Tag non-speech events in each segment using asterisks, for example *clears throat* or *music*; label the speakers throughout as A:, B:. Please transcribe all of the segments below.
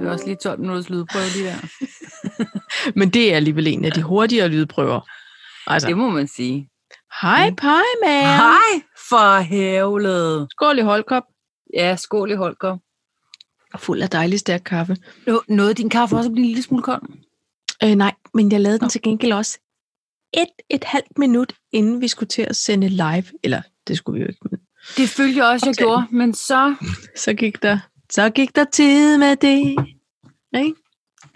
A: vi også lige 12 minutters lydprøve lige der.
B: Men det er alligevel en af de hurtigere lydprøver. Altså,
A: Det må man sige.
B: hej pej, man.
A: Hej for hævlet.
B: Skål i holdkop.
A: Ja, skål i Holger.
B: Og fuld af dejlig stærk kaffe.
A: Nåede din kaffe også at blive en lille smule kold?
B: Øh, nej, men jeg lavede den til gengæld også et, et halvt minut, inden vi skulle til at sende live. Eller, det skulle vi jo ikke, men
A: Det følte jeg også, jeg
B: Okay.
A: gjorde, men så...
B: så gik der, så gik der tid med det.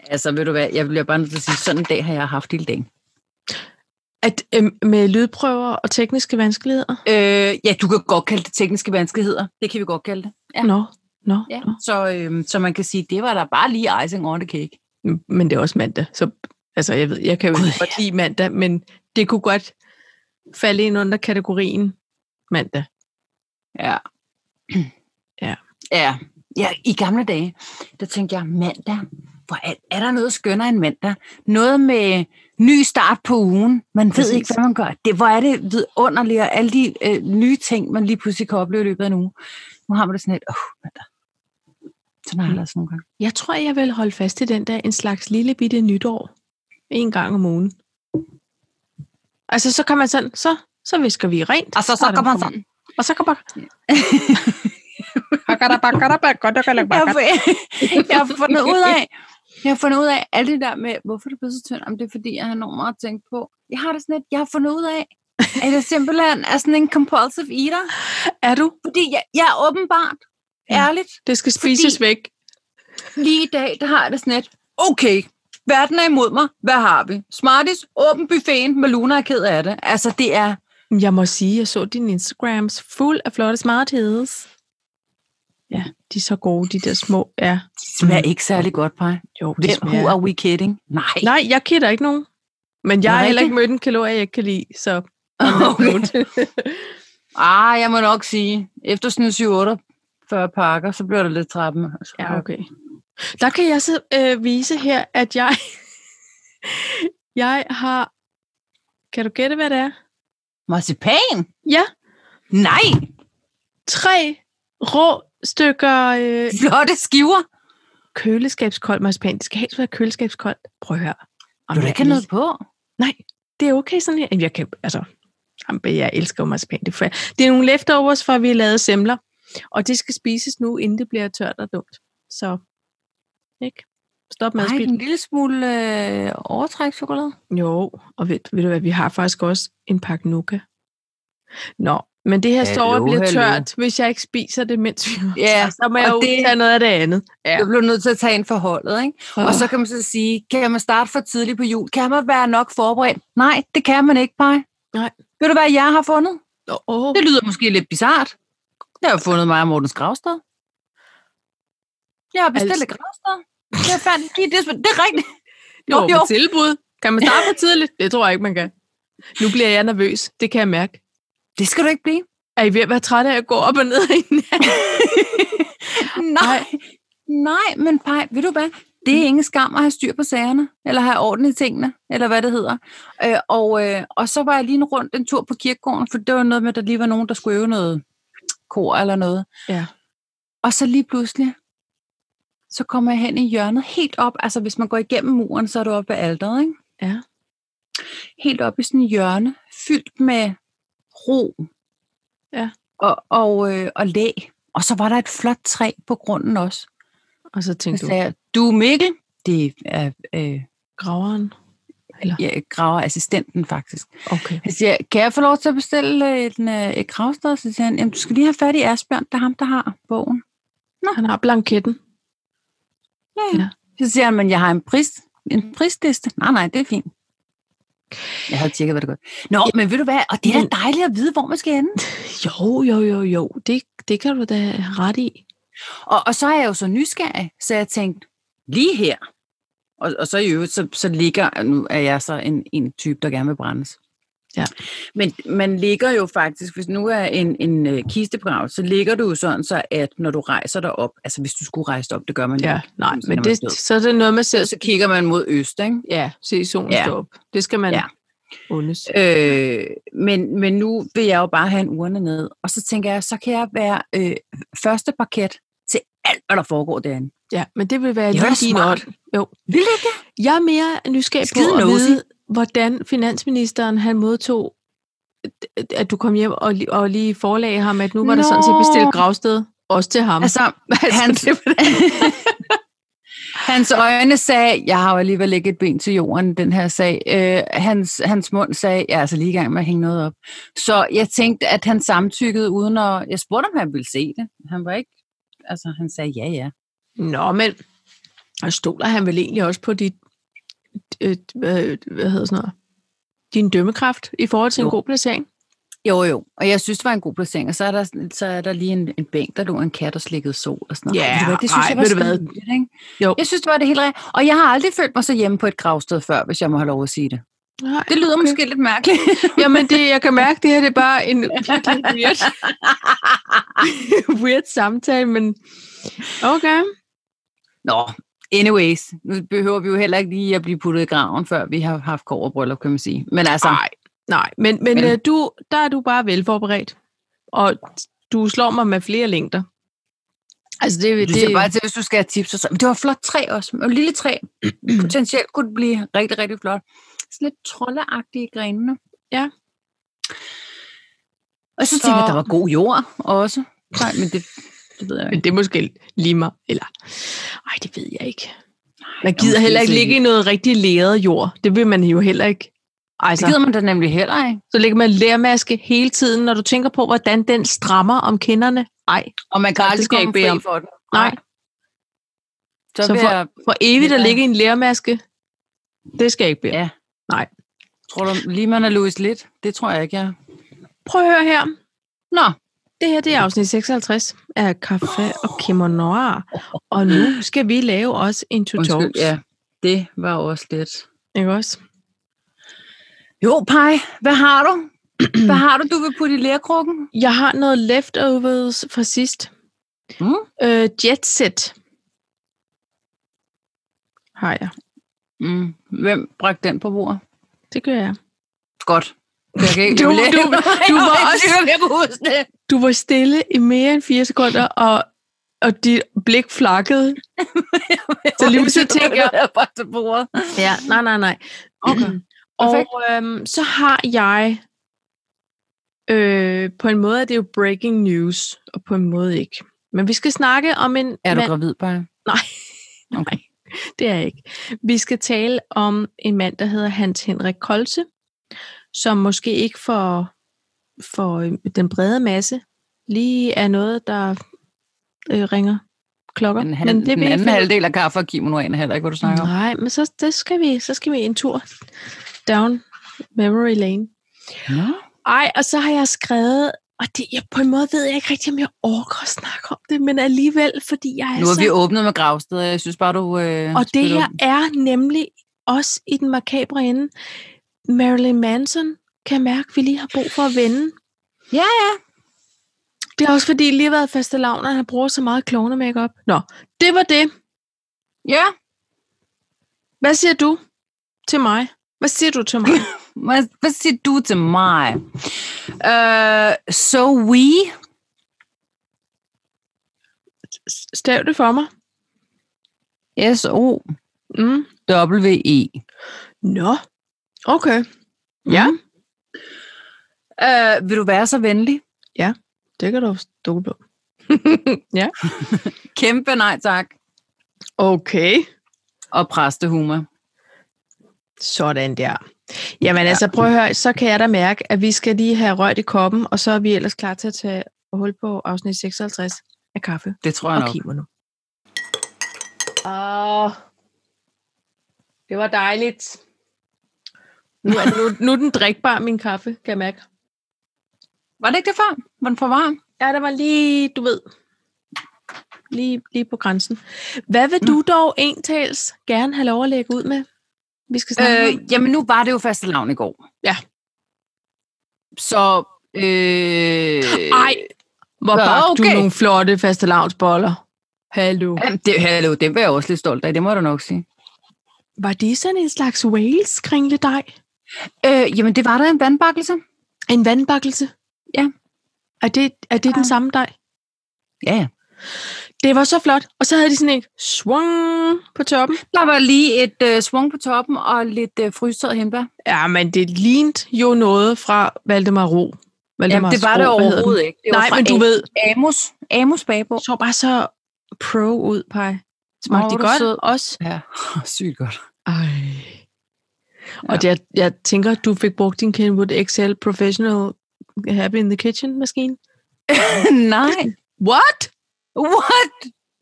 A: Altså, ved du hvad, jeg bliver bare nødt til at sige, sådan en dag har jeg haft hele dagen.
B: At, øh, med lydprøver og tekniske vanskeligheder?
A: Øh, ja, du kan godt kalde det tekniske vanskeligheder. Det kan vi godt kalde det. Ja.
B: Nå, nå,
A: Ja.
B: nå.
A: Så, øhm, så man kan sige, det var da bare lige icing on the cake.
B: Men det er også mandag, så altså, jeg ved, jeg kan jo
A: Gud,
B: godt lide mandag, men det kunne godt falde ind under kategorien mandag.
A: Ja.
B: Ja.
A: ja. Ja, i gamle dage, der tænkte jeg, mandag, hvor er, er der noget skønnere end mandag? Noget med ny start på ugen. Man Præcis.
B: Præcis.
A: ved ikke, hvad man gør. Det, hvor er det vidunderligt, og alle de øh, nye ting, man lige pludselig kan opleve i løbet af en uge. Nu har man det sådan et, åh, oh, mandag. Sådan har jeg det også nogle gange.
B: Jeg tror, jeg vil holde fast i den der en slags lille bitte nytår. En gang om ugen. Altså, så kan man sådan, så, så visker vi rent.
A: Og Altså, så, så
B: er der
A: går man
B: en-
A: sådan.
B: Og så kan man... Ja,
A: Jeg har, fået- *laughs* jeg har fundet ud af, jeg har fundet ud af alt det der med, hvorfor er du blevet så tynd? Jamen, det er fordi, jeg har enormt meget at tænke på. Jeg har det sådan lidt, jeg har fundet ud af, at jeg simpelthen er sådan en compulsive eater.
B: Er du?
A: Fordi jeg, jeg er åbenbart,
B: Ja.
A: ærligt,
B: Det skal spises væk.
A: lige i dag, der har jeg det sådan lidt, okay, verden er imod mig, hvad har vi? Smarties, åben buffeten, Maluna er ked af det. Altså, det er,
B: Jeg må sige, jeg så din Instagrams fuld af flotte smartheds. Ja, de er så gode, de der små. Ja,
A: det smager ikke særlig godt, Paj.
B: jo, de
A: Hvem, who
B: Mm. smager-
A: are we kidding? Nej.
B: Nej, jeg kender ikke nogen. Men jeg
A: Er
B: har
A: det
B: heller ikke mødt en kalorie, jeg ikke kan lide, så...
A: *laughs* Okay. Ah, jeg må nok sige, efter sådan 7-48 pakker, så bliver det lidt trappen. Altså.
B: ja, okay. Der kan jeg så øh, vise her, at jeg... *laughs* jeg har... Kan du gætte, hvad det er?
A: Marcipan?
B: Ja,
A: Nej, *laughs*
B: tre rå stykker øh,
A: flotte skiver.
B: køleskabskold marcipan. Det skal helst være køleskabskold. Prøv at høre.
A: Du kan
B: jeg
A: ikke have noget på.
B: Nej, det er okay sådan her. Jamen, Jeg kan, altså, jamen, jeg elsker jo marcipan. Det er, for- det er nogle leftovers fra, at vi lavede semler. Og det skal spises nu, inden det bliver tørt og dumt. Så, ikke? Stop med at
A: Nej, en
B: spise.
A: lille smule øh, overtrækschokolade.
B: Jo, og ved, ved du hvad, vi har faktisk også en pakke nuka. Nå, men det her
A: Hallo,
B: står og bliver
A: hallo.
B: tørt, hvis jeg ikke spiser det, mens vi
A: Ja,
B: *laughs* så må jeg
A: og
B: jo
A: det-
B: det... tage noget af det andet. Ja.
A: Jeg bliver nødt til at tage ind for holdet, ikke? Og så kan man så sige, kan man starte for tidligt på jul? Kan man være nok forberedt? Nej, det kan man ikke, Paj.
B: Nej.
A: Ved du, hvad jeg har fundet?
B: oh,
A: Det lyder måske lidt bizart. Jeg har fundet mig og Morten Skravsted. Jeg har bestilt
B: Altså-
A: et Gravsted. Jeg fandt, de er desper- det er rigtigt.
B: Det var
A: Jo,
B: jo,
A: jo.
B: jo. tilbud. Kan man starte for tidligt? Det tror jeg ikke, man kan. Nu bliver jeg nervøs. Det kan jeg mærke.
A: Det skal du ikke blive.
B: Er I ved at være trætte af at gå op og ned i nat?
A: Nej. Nej, men pej, ved du hvad? Det er
B: Mm.
A: ingen skam at have styr på sagerne, eller have orden i tingene, eller hvad det hedder. Øh, og, øh, og så var jeg lige en rundt en tur på kirkegården, for det var noget med, at der lige var nogen, der skulle øve noget kor eller noget.
B: Ja.
A: Og så lige pludselig, så kommer jeg hen i hjørnet helt op. Altså hvis man går igennem muren, så er du oppe ved alderet, ikke?
B: Ja.
A: Helt op i sådan en hjørne, fyldt med ro
B: Ja.
A: og, og, øh, og læ. Og så var der et flot træ på grunden også.
B: Og så
A: Så
B: tænkte du,
A: sagde jeg, du Mikkel, det er øh,
B: graveren?
A: ja, graverassistenten faktisk.
B: Okay.
A: Jeg siger, kan jeg få lov til at bestille øh, en, øh, et gravsted? Så siger han, jamen du skal lige have fat i Asbjørn, det er ham, der har bogen.
B: Han har blanketten.
A: Ja. ja.
B: Ja.
A: Så siger han, men jeg har en, pris, en prisliste. Nej, nej, det er fint. Jeg havde tjekket, hvad det godt. Nå, men ved du hvad, og det er da
B: Men-
A: dejligt at vide, hvor man skal ende.
B: Jo, jo, jo, jo. Det, det kan du da have ret i.
A: Og, og så er jeg jo så nysgerrig, så jeg tænkte, lige her. Og, og så i øvrigt, så, så ligger, nu er jeg så en, en type, der gerne vil brændes.
B: Ja.
A: Men man ligger jo faktisk, hvis nu er en, en øh, kistebegravelse, så ligger du jo sådan så, at når du rejser dig op, altså hvis du skulle rejse dig op, det gør man jo
B: Ja,
A: ikke,
B: nej,
A: når
B: men
A: man er død.
B: det, så er det noget, man ser.
A: så kigger man mod øst, ikke?
B: Ja, se solen
A: Ja.
B: stå op. Det skal man
A: Ja.
B: ja. undes.
A: Øh, men, men nu vil jeg jo bare have en urne ned, og så tænker jeg, så kan jeg være øh, første parket til alt, hvad der foregår derinde.
B: Ja, men det vil være
A: Det er da
B: lige din
A: smart.
B: ånd. Jo.
A: Vil det ikke?
B: Jeg er mere nysgerrig på
A: Skide
B: at
A: nosy.
B: vide, hvordan finansministeren han modtog, at- at du kom hjem og, li- og lige forelagde ham, at nu var Nå. der sådan set
A: Nå.
B: bestilt gravsted, også til ham. *laughs*
A: Altså, hans-
B: det var det.
A: Hans øjne sagde, jeg har jo alligevel ikke et ben til jorden, den her sag. Øh, hans, hans mund sagde, jeg er altså lige i gang med at hænge noget op. Så jeg tænkte, at han samtykkede uden at... Jeg spurgte, om han ville se det. Han var ikke... Altså, han sagde ja, ja.
B: Nå, men og stoler han vel egentlig også på dit, øh, hvad, hvad hedder sådan noget, din dømmekraft i forhold til jo. en
A: Jo.
B: god placering?
A: Jo, jo. Og jeg synes, det var en god placering. Og så er der, sådan- så er der lige en, en bænk, der lå en kat og slikkede sol og sådan noget.
B: Ja,
A: Ved du hvad, det synes
B: ej,
A: jeg var
B: ved du hvad?
A: skideligt, ikke?
B: Jo.
A: Jeg synes, det var det helt rigtigt. Og jeg har aldrig følt mig så hjemme på et gravsted før, hvis jeg må have lov at sige det.
B: Nej.
A: Det lyder okay. måske lidt mærkeligt.
B: Jamen, det, jeg kan mærke, det her det er bare en virkelig *laughs* weird, weird samtale, men okay.
A: Nå, anyways. Nu behøver vi jo heller ikke lige at blive puttet i graven, før vi har haft kårebryllup, kan man sige. Men altså,
B: Nej, nej. Men, men,
A: Men-
B: men. Du, der er du bare velforberedt, og du slår mig med flere længder. Altså, det,
A: du
B: det,
A: ser bare til, hvis du skal have tips. Og så. Men det var et flot træ også. Og et lille *clears throat* træ. Potentielt kunne det blive rigtig, rigtig flot. Sådan lidt troldeagtige i grenene.
B: Ja.
A: Og så,
B: Så-
A: så tænker jeg, der var god jord også. Nej, men det, det ved jeg ikke.
B: men det er måske lige mig, eller... Ej, det ved jeg ikke. Man
A: jeg
B: gider
A: må
B: heller ikke
A: sige-
B: ligge i noget rigtig læret jord. Det vil man jo heller ikke.
A: Det
B: Altså,
A: gider man da nemlig heller ikke.
B: så ligger man lærmaske hele tiden, når du tænker på, hvordan den strammer om kinderne. Ej,
A: Og man kan
B: Nej, det
A: aldrig
B: skal jeg
A: komme fri
B: ikke bede om.
A: for den.
B: Nej.
A: Så,
B: Så
A: så vil
B: for-
A: jeg,
B: For evigt at
A: Ja.
B: ligge i en lærmaske, det skal jeg ikke bede om.
A: Ja. tror du, lige man er Louis lidt? Det tror jeg ikke, jeg. er.
B: Prøv at høre her.
A: Nå,
B: Det her det er afsnit 56 af Kaffe og Kimonoa. Og nu skal vi lave også en tutorial.
A: undskyld. Ja, det var også lidt.
B: Ikke også?
A: Jo, Pej, hvad har du? *clears throat* hvad har du, du vil putte i lærkrukken?
B: Jeg har noget leftovers fra sidst.
A: Mm.
B: Øh, jet set. Har jeg.
A: Mm. Hvem bragte den på bordet?
B: Det gør jeg.
A: Godt. *laughs* Jeg kan ikke
B: Du-
A: jeg vil- *laughs*
B: du- du var
A: Jeg
B: også-
A: sikker, Jeg kunne huske *laughs* det.
B: Du var stille i mere end fire sekunder, og, og dit blik flakkede. Så lige pludselig tænkte jeg-
A: Jeg bragte på bordet.
B: Ja, nej, nej, nej.
A: Okay.
B: Og
A: Perfekt.
B: øhm, så har jeg, øh, på en måde er det jo breaking news, og på en måde ikke. Men vi skal snakke om en
A: Er du
B: mand,
A: gravid, Pej?
B: det er jeg ikke. Vi skal tale om en mand, der hedder Hans Henrik Kolse, som måske ikke for, for øh, den brede masse lige er noget, der øh, ringer klokker.
A: Men, han, men
B: det
A: den
B: vil jeg
A: anden
B: finde-
A: halvdel af kaffe og kimono aner heller ikke, hvad du snakker om.
B: Nej, men så, det skal vi, så skal vi en tur down memory lane.
A: Nå.
B: Ej, og så har jeg skrevet, og det, jeg, på en måde ved jeg ikke rigtig, om jeg orker at snakke om det, men alligevel, fordi jeg er
A: Nu er
B: så...
A: vi åbnet med gravsteder. Jeg synes bare, du... Øh,
B: og det
A: spiller
B: her er nemlig også i den makabre ende. Marilyn Manson kan mærke, at vi lige har brug for at vende.
A: Ja,
B: ja. Det er også fordi, lige har været faste lavn, og han bruger så meget klovne makeup. Nå, det var det.
A: Ja,
B: Hvad siger du til mig? Hvad siger du
A: *laughs*
B: til mig?
A: Hvad, hvad siger du til mig? Uh, so we...
B: Stav det for mig.
A: S-O-W-E.
B: Mm.
A: E.
B: Nå, okay. Mm-hmm. Ja.
A: Uh, vil du være så venlig?
B: Det kan du stole på. ja.
A: Kæmpe nej tak.
B: Okay.
A: Og præstehumor.
B: Sådan der. Jamen ja.
A: Ja.
B: altså, prøv at høre, så kan jeg da mærke, at vi skal lige have rørt i koppen, og så er vi ellers klar til at tage hul på afsnit 56 af kaffe
A: Det tror jeg
B: og
A: nok.
B: kimono. Åh, det var dejligt. Nu er, nu, nu er den drikbar, min kaffe, kan jeg mærke.
A: Var det ikke det før? Var den for varm?
B: Ja, der var lige, du ved, lige, lige på grænsen. Hvad vil du dog entals gerne have lov at lægge ud med? Vi skal snakke øh, om.
A: Øh, jamen, nu var det jo faste lavn i går.
B: Ja.
A: Så... Øh,
B: Ej,
A: Nå,
B: hvor bagte okay. øh, du
A: okay.
B: nogle flotte fastelavnsboller. Hallo.
A: jamen, Det, hallo, den var jeg også lidt stolt af, det må du nok sige.
B: Var det sådan en slags wales kringledej?
A: Øh, jamen, det var der en vandbakkelse.
B: En vandbakkelse?
A: Ja.
B: Er det, er det ja. den samme dej?
A: Ja, ja.
B: Det var så flot. Og så havde de sådan en swung på toppen.
A: Der var lige et øh, svung på toppen og lidt øh, frystøjet hindbær.
B: Ja, men det lignede jo noget fra Valdemar Ro.
A: Jamen, det var det overhovedet ikke. Det var
B: Nej,
A: fra
B: men du
A: A-
B: ved,
A: Amos, Amos Babo.
B: så bare så pro ud, Paj. Smagte
A: Åh,
B: de
A: hvor er du
B: godt
A: sød.
B: også?
A: Ja, sygt godt.
B: Ej. Og jeg, jeg tænker, du fik brugt din Kenwood XL Professional Happy in the Kitchen maskine.
A: *laughs* Nej.
B: What?
A: What?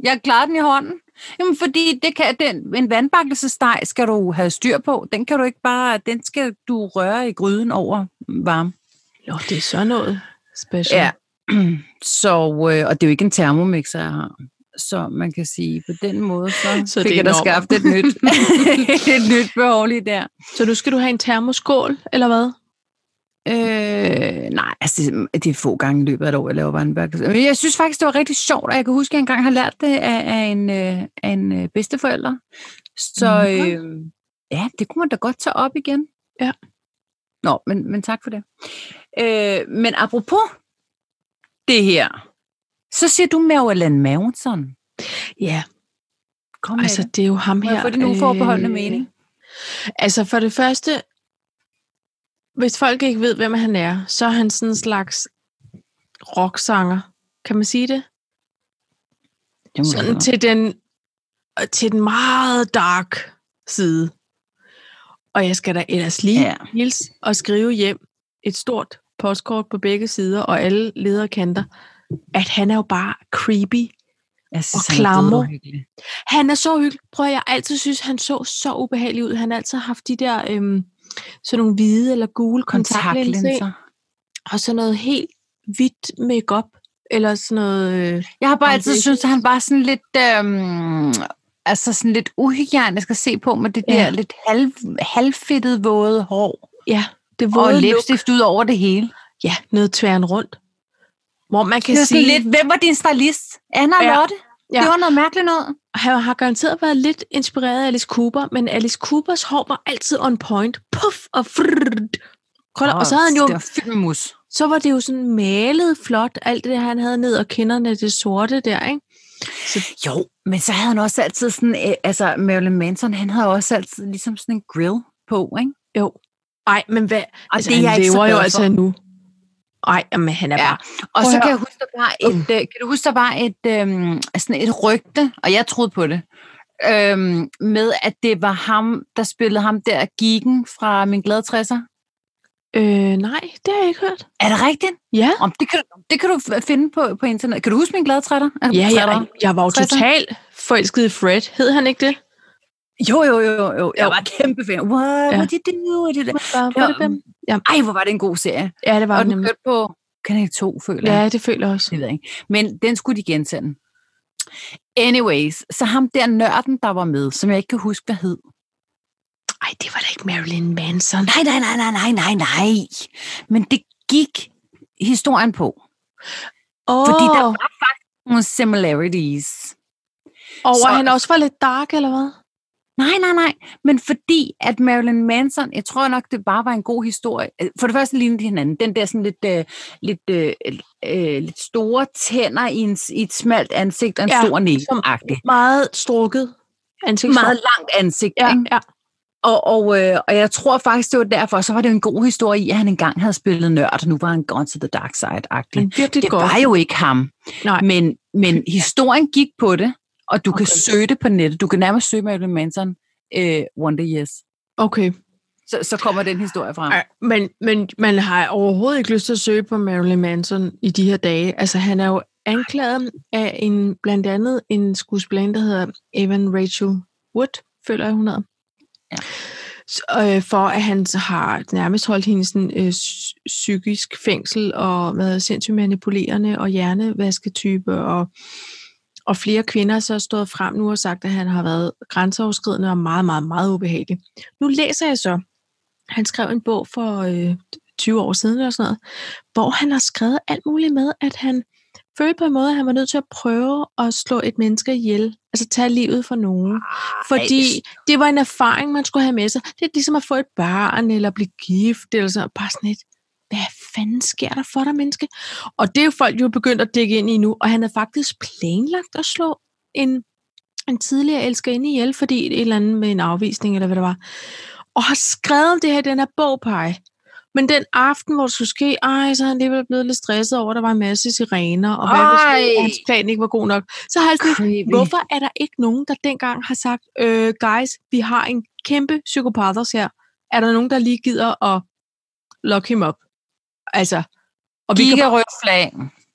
A: Jeg klarer den i hånden. Jamen, fordi det kan, den, en vandbakkelsesteg skal du have styr på. Den kan du ikke bare, den skal du røre i gryden over varme.
B: Nå, det er sådan noget special.
A: Ja. Så, øh, og det er jo ikke en termomixer, jeg har. Så man kan sige, på den måde, så,
B: Så
A: så
B: det er
A: fik jeg da
B: en ommer.
A: skabt et nyt, *laughs* et nyt behov lige der.
B: Så nu skal du have en termoskål, eller hvad?
A: Øh, nej, altså, det, det er få gange i løbet af et år, jeg laver vandbakkelser. Men jeg synes faktisk, det var rigtig sjovt, og jeg kan huske, at jeg engang har lært det af, af en, øh, af en øh, bedsteforælder. Så
B: Nå.
A: øh, ja, det kunne man da godt tage op igen.
B: Ja.
A: Nå, men, men tak for det. Øh, men apropos det her, så siger du Marilyn Manson.
B: Ja,
A: Kom med
B: altså
A: det. øh,
B: det er jo ham
A: Må
B: her. øh,
A: jeg få din uforbeholdende mening?
B: Altså for det første, hvis folk ikke ved, hvem han er, så er han sådan en slags rocksanger. Kan man sige det?
A: Det må jeg
B: Sådan
A: høre.
B: til den, og til den meget dark side. Og jeg skal da ellers lige ja.
A: Ja.
B: hilse og skrive hjem et stort postkort på begge sider og alle lederkanter, at han er jo bare creepy.
A: Jeg
B: og
A: synes, han er død
B: klammer.
A: uhyggelig.
B: Han er så hyggelig. Prøv at jeg har altid synes, han så så ubehagelig ud. Han har altid haft de der øhm, sådan nogle hvide eller gule kontaktlinser. ikke?
A: Kontaktlinser.
B: Og sådan noget helt hvidt makeup eller sådan noget... Øh,
A: Jeg har bare
B: Om
A: altid
B: det-
A: syntes, at han var sådan lidt... Øhm, altså sådan lidt uhygiejnisk at se på med det
B: Ja.
A: der lidt halv, halvfedtet våde hår.
B: ja, det
A: og
B: våde look.
A: læbstift ud over det hele.
B: Ja, noget tværen rundt. Hvor man kan
A: Det var
B: sige...
A: sådan lidt, hvem var din stylist? Anna og
B: Ja.
A: Lotte?
B: Ja.
A: Det var noget mærkeligt noget.
B: han har garanteret været lidt inspireret af Alice Cooper, men Alice Coopers hår var altid on point. Puff og frrrt. Krøller. Og så, havde han
A: Det
B: jo,
A: var fyldt med mus.
B: så var det jo sådan malet flot, alt det, han havde ned og kinderne, det sorte der, ikke?
A: Jo, men så havde han også altid sådan... Øh, altså, Marilyn Manson, han havde også altid ligesom sådan en grill på, ikke?
B: Jo. Ej, men hvad?
A: Og
B: altså,
A: det er
B: han
A: jeg ikke så
B: lever
A: glad
B: jo
A: for.
B: altså nu. Ej, men han er
A: Ja.
B: bare...
A: Og
B: Prøv
A: så
B: at
A: kan jeg huske, der var et, øh, kan du huske, der var et, øhm, sådan et rygte, og jeg troede på det, øhm, med at det var ham, der spillede ham der, Gigen fra Min Glade 60'er.
B: Øh, nej, det har jeg ikke hørt.
A: Er det rigtigt?
B: Ja,
A: Om det, kan, du- det kan du f- finde på, på internet. Kan du huske Min Glade 60'er? Altså,
B: ja, jeg,
A: 60'er?
B: jeg var jo
A: Tresser.
B: totalt forelsket i Fred. Hed han ikke det?
A: Jo, jo, jo, jo.
B: Jo.
A: Jeg var kæmpe fan. What,
B: Ja.
A: ja. what did you do? What did you do?
B: Var det dem?
A: Ej, hvor var det en god serie.
B: Ja, det var
A: Og
B: det
A: den
B: nemlig.
A: kørte på Kanal 2, føler jeg.
B: Ja, det føler jeg også.
A: Det ved jeg ikke. Men den skulle de gensende. Anyways, så ham der nørden, der var med, som jeg ikke kan huske, hvad hed.
B: Ej, det var da ikke Marilyn Manson.
A: Nej, nej, nej, nej, nej, nej, nej. Men det gik historien på.
B: Oh.
A: Fordi der var faktisk nogle similarities.
B: Og så...
A: Så-
B: han også var lidt dark, eller hvad?
A: Nej, nej, nej. Men fordi, at Marilyn Manson, jeg tror nok, det bare var en god historie. Øh, For det første lignede de hinanden. Den der sådan lidt, øh, lidt, øh, øh, lidt store tænder i, en, s- i et smalt ansigt og en
B: Ja,
A: ja, stor næse.
B: som-
A: agtig.
B: Meget strukket ansigtsform.
A: Meget langt ansigt.
B: ja,
A: ikke?
B: ja.
A: Og, og, øh, og jeg tror faktisk, det var derfor, så var det jo en god historie i, at han engang havde spillet nørd, og nu var han gone to the dark side-agtig.
B: Men virkelig
A: Det
B: godt.
A: var jo ikke ham.
B: Nej.
A: Men, *laughs* men historien gik på det, og du okay. kan
B: Okay.
A: søge det på nettet. Du kan nærmest søge Marilyn Manson øh, Wonder Years.
B: Okay.
A: Så, så kommer den historie frem.
B: Ej, Men, men man har overhovedet ikke lyst til at søge på Marilyn Manson i de her dage. Altså, han er jo anklaget af en, blandt andet en skuespillerinde, der hedder Evan Rachel Wood, føler jeg, hun hedder.
A: Ja.
B: S- Øh, for at han har nærmest holdt hende i sådan, øh, psy- psykisk fængsel og været sindssygt manipulerende og hjernevasketype og og flere kvinder har så stået frem nu og sagt, at han har været grænseoverskridende og meget, meget, meget ubehagelig. Nu læser jeg så, han skrev en bog for øh, 20 år siden eller sådan noget, hvor han har skrevet alt muligt med, at han følte på en måde, at han var nødt til at prøve at slå et menneske ihjel. Altså tage livet fra nogen. Fordi det var en erfaring, man skulle have med sig. Det er ligesom at få et barn, eller blive gift, eller sådan bare sådan et. hvad fanden sker der for dig, menneske? Og det er jo folk jo begyndt at dække ind i nu, og han havde faktisk planlagt at slå en, en tidligere elsker ind ihjel, fordi et eller andet med en afvisning, eller hvad det var. Og har skrevet om det her i den her bog, Paj. Men den aften, hvor det skulle ske, ej, så er han alligevel blevet lidt stresset over, at der var en masse sirener, og hvad hvis nu
A: Ej.
B: hans plan ikke var god nok. Så har han sådan,
A: Creepy.
B: Hvorfor er der ikke nogen, der dengang har sagt, øh, guys, vi har en kæmpe psykopathers her. Er der nogen, der lige gider at lock him up? Altså, og vi kan,
A: Gigerødt flag.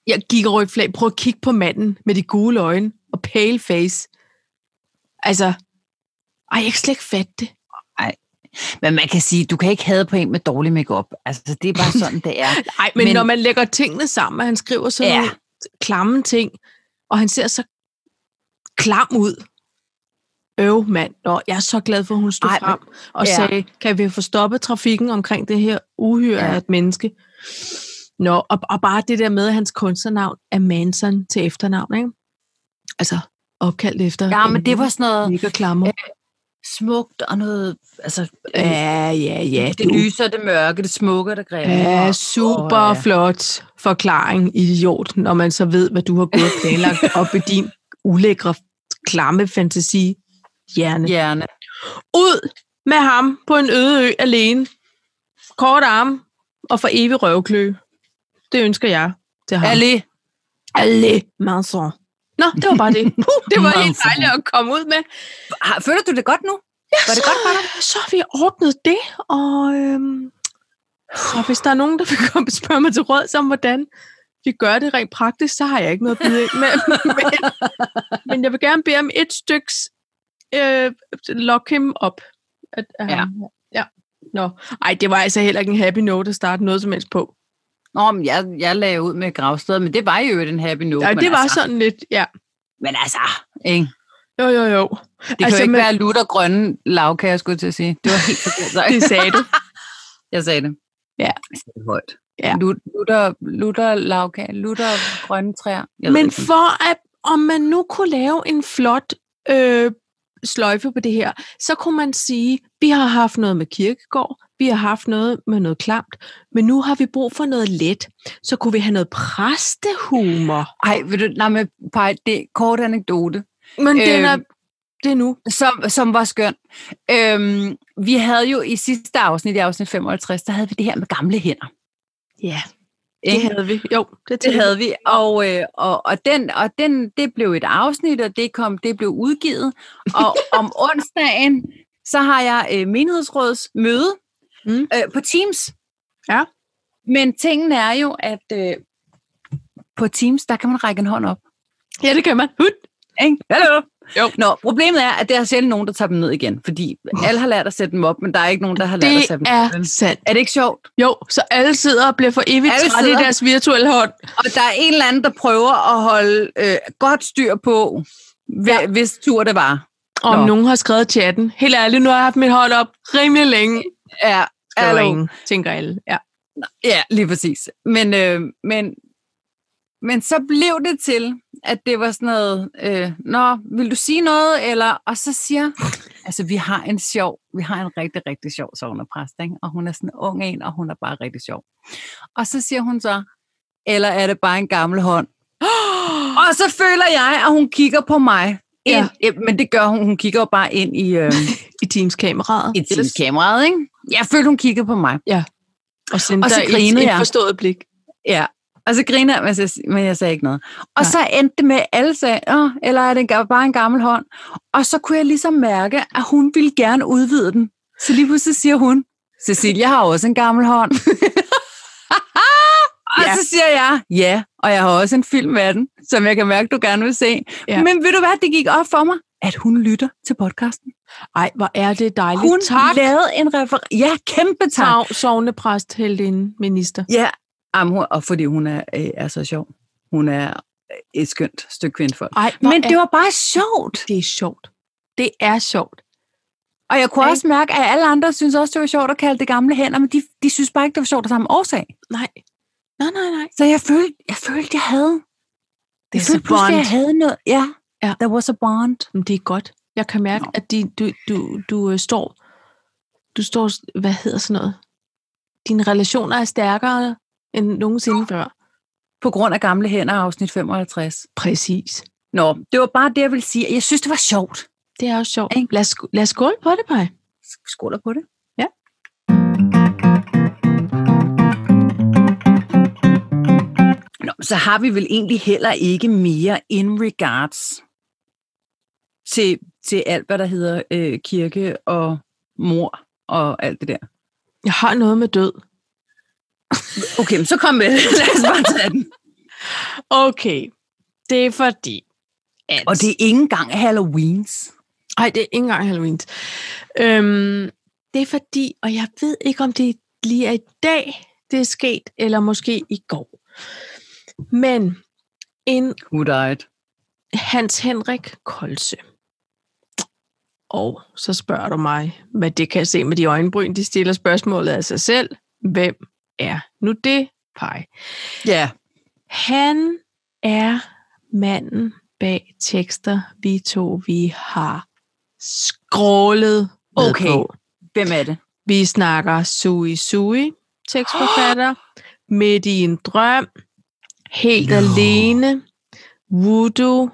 B: jeg kigger rødt flag. Prøv at kigge på manden med de gule øjne og pale face. Altså, ej, jeg kan slet ikke fatte det.
A: Men man kan sige, du kan ikke have på en med dårlig makeup. Altså, det er *laughs* bare sådan, det er.
B: Nej, men, men
A: Men-
B: når man lægger tingene sammen, og han skriver sådan
A: Ja.
B: ja. nogle klamme ting, og han ser så klam ud. Øv, mand. Nå, jeg er så glad for, at hun stod
A: Ej,
B: Ej,
A: men-
B: frem og
A: Ja.
B: ja. sagde, kan vi få stoppet trafikken omkring det her uhyre
A: Ja.
B: af et menneske? Nå, og, og bare det der med, at hans kunstnernavn er Manson til efternavn, ikke? Altså, opkaldt efter...
A: Ja,
B: en
A: men det var sådan noget
B: Mega klammer.
A: smukt og noget... Altså, øh,
B: Ja, ja, ja.
A: det
B: du.
A: lyser, det mørke, det smukke og det grimme.
B: Ja,
A: og-
B: super
A: og,
B: oh,
A: ja.
B: flot forklaring, idiot, når man så ved, hvad du har gået og planlagt
A: *laughs*
B: op i din ulækre, klamme fantasi hjerne. Yeah.
A: Hjerne.
B: Ud med ham på en øde ø alene. Kort arm og for evig røvklø. Det ønsker jeg til ham.
A: Alle.
B: Allez, Manson. Nå, det var bare det. Uh, det var helt
A: Manson.
B: dejligt at komme ud med.
A: Har- Føler du det godt nu? Var det
B: så,
A: godt for
B: Så har vi ordnet det, og øhm, så hvis der er nogen, der vil komme og spørge mig til råd om, hvordan vi gør det rent praktisk, så har jeg ikke noget at byde ind med. men, men jeg vil gerne bede om et styks øh, lock him up. At, at
A: Ja.
B: ham- ja. Nå. Ej, det var altså heller ikke en happy note at starte noget som helst på.
A: Nå, men jeg, jeg lagde ud med gravstedet, men det var jo den happy note.
B: Ej,
A: men
B: det var
A: altså,
B: sådan lidt, ja.
A: Men altså, ikke?
B: Jo, jo, jo.
A: det kan altså, jo ikke men... være lutter grønne lavkager, skulle jeg til at sige. Det var helt forkert. sagt. *laughs*
B: det sagde du.
A: Jeg sagde det.
B: Ja.
A: Jeg sagde det højt.
B: Ja.
A: Lut- Lutter, lutter lavkager, lutter grønne træer. Jeg ved
B: Men
A: ikke.
B: for at, om man nu kunne lave en flot øh, sløjfe på det her, så kunne man sige, vi har haft noget med kirkegård, vi har haft noget med noget klamt, men nu har vi brug for noget let. Så kunne vi have noget præstehumor.
A: Ej, ved du, nej, men Paj, det er kort anekdote,
B: Men øh, den
A: Øh,
B: er, det er nu.
A: som, som var skøn. Øhm, vi havde jo i sidste afsnit, i afsnit 55, der havde vi det her med gamle hænder.
B: Ja,
A: ikke?
B: havde vi. Jo, det,
A: Det havde vi, og, øh, og, og, den, og den, det blev et afsnit, og det, kom, det blev udgivet. *laughs* Og om onsdagen, så har jeg øh, menighedsrådets møde
B: Mm.
A: mm. øh, på Teams.
B: Ja.
A: Men tingen er jo, at øh, på Teams, der kan man række en hånd op.
B: Ja, det kan man. Hut.
A: Ikke? Hallo?
B: Jo.
A: Nå, problemet er, at der er sjældent nogen, der tager dem ned igen, fordi alle har lært at sætte dem op, men der er ikke nogen, der har lært at
B: Det
A: sætte dem ned.
B: er sandt.
A: Er det ikke sjovt?
B: Jo, så alle sidder og bliver for evigt
A: Alle
B: trætte i
A: sidder.
B: deres virtuelle hånd.
A: Og der er en eller anden, der prøver at holde øh, godt styr på, hva- ja. hvis tur det var.
B: Om
A: Nå.
B: nogen har skrevet i chatten. Helt ærligt, nu har jeg haft min hånd op rimelig længe.
A: Ja,
B: Skriver
A: hallo.
B: ingen, tænker alle. Ja.
A: ja lige præcis. Men, øh, men, men så blev det til, at det var sådan noget, øh, Nå, vil du sige noget? Eller, og så siger, altså vi har en sjov, vi har en rigtig, rigtig sjov sovnepræst, ikke? og hun er sådan en ung en, og hun er bare rigtig sjov. Og så siger hun så, eller er det bare en gammel hånd? Og så føler jeg, at hun kigger på mig. Ind, ja. Men det gør hun. Hun kigger jo bare ind i, øh,
B: *gasps* i Teams-kameraet.
A: i yes. kameraet, ikke? Jeg følte, hun kiggede på mig.
B: Og, sendte
A: Og så
B: dig et-
A: grinede
B: et,
A: jeg.
B: forstået blik.
A: Ja. Og så griner jeg, men jeg, men jeg sagde ikke noget. Og
B: Nej.
A: så endte det med, at alle sagde, Åh, eller er det en, ga- bare en gammel hånd? Og så kunne jeg ligesom mærke, at hun ville gerne udvide den. Så lige pludselig siger hun, Cecilia har også en gammel hånd. *laughs* og
B: Ja.
A: ja. så siger jeg, ja, og jeg har også en film af den, som jeg kan mærke, du gerne vil se.
B: Ja.
A: Ja. Men ved du hvad, det gik op for mig, at hun lytter til podcasten.
B: Ej, hvor er det dejligt.
A: Hun
B: tak,
A: lavede en reference. Ja, kæmpe tak.
B: Tav, sovnepræst, heldinde, minister.
A: Ja, Jamen, hun, og fordi hun er, øh, er så sjov. Hun er øh, et skønt stykke kvindfolk.
B: Ej, hvor
A: Men
B: er,
A: det var bare sjovt.
B: det er sjovt. Det er sjovt.
A: Og jeg kunne
B: Ikke?
A: også mærke, at alle andre synes også, det var sjovt at kalde det gamle hænder, men de, de synes bare ikke, det var sjovt af samme årsag.
B: Nej. Nej, nej, nej.
A: Så jeg følte, jeg følte, jeg havde.
B: Det
A: Jeg
B: er så
A: følte pludselig,
B: bond.
A: jeg havde noget. Ja,
B: Ja.
A: there was a bond.
B: Men det er godt. Jeg kan mærke,
A: Nå.
B: at de, du, du, du øh, står... Du står... Hvad hedder sådan noget? dine relationer er stærkere end nogensinde før.
A: På grund af gamle hænder, afsnit 55.
B: Præcis.
A: Nå, det var bare det, jeg ville sige. Jeg synes, det var sjovt.
B: Det er også sjovt. Lad os, lad os skåle på det, Paj.
A: Skåler på det.
B: Ja.
A: Nå, så har vi vel egentlig heller ikke mere in regards til, til alt, hvad der hedder øh, kirke og mor og alt det der.
B: Jeg har noget med død.
A: Okay, men så kom med. *laughs* Lad os bare tage den.
B: Okay. Det er fordi... At...
A: Og det er ikke engang Halloweens.
B: Ej, det er ikke engang Halloween. Øhm, det er fordi, og jeg ved ikke, om det lige er i dag, det er sket, eller måske i går. Men en
A: Who died?
B: Hans Henrik Kolse. Og så spørger du mig, hvad det kan jeg se med de øjenbryn, de stiller spørgsmålet af sig selv. Hvem er nu det, Pej?
A: Ja.
B: Han er manden bag tekster, vi to vi har skrålet med
A: Okay.
B: på.
A: Hvem er det?
B: Vi snakker Sui Sui, tekstforfatter, *gasps* Midt i en drøm, Helt
A: Nå.
B: no. alene, Voodoo,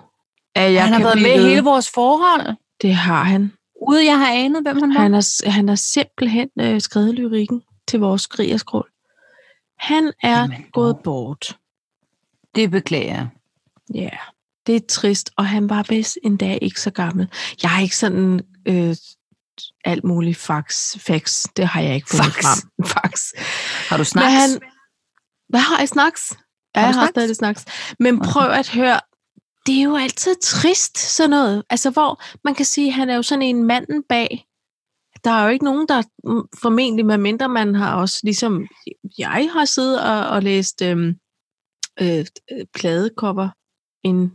B: er jeg
A: han har
B: kan
A: været
B: blive
A: med i
B: ved.
A: hele vores forhold.
B: Det har han.
A: Ude jeg har anet, hvem han var.
B: Han har, han har simpelthen øh, skrevet lyrikken til vores skrig og skrål. Han er
A: Jamen,
B: Jamen. gået bort.
A: Det beklager jeg.
B: Ja, yeah. det er trist, og han var vist endda ikke så gammel. Jeg har ikke sådan øh, alt muligt fax, fax. Det har jeg ikke fundet
A: Fax.
B: frem. *laughs* Fax.
A: Har du
B: Men
A: snakket?
B: han, hvad har jeg snaks? Ja,
A: Har du
B: jeg har
A: snacks?
B: stadig snaks. Men
A: Okay.
B: prøv at høre, det er jo altid trist, sådan noget. Altså, hvor man kan sige, han er jo sådan en manden bag. Der er jo ikke nogen, der mm, formentlig, medmindre man har også, ligesom jeg har siddet og, og læst øhm, øh, pladekopper en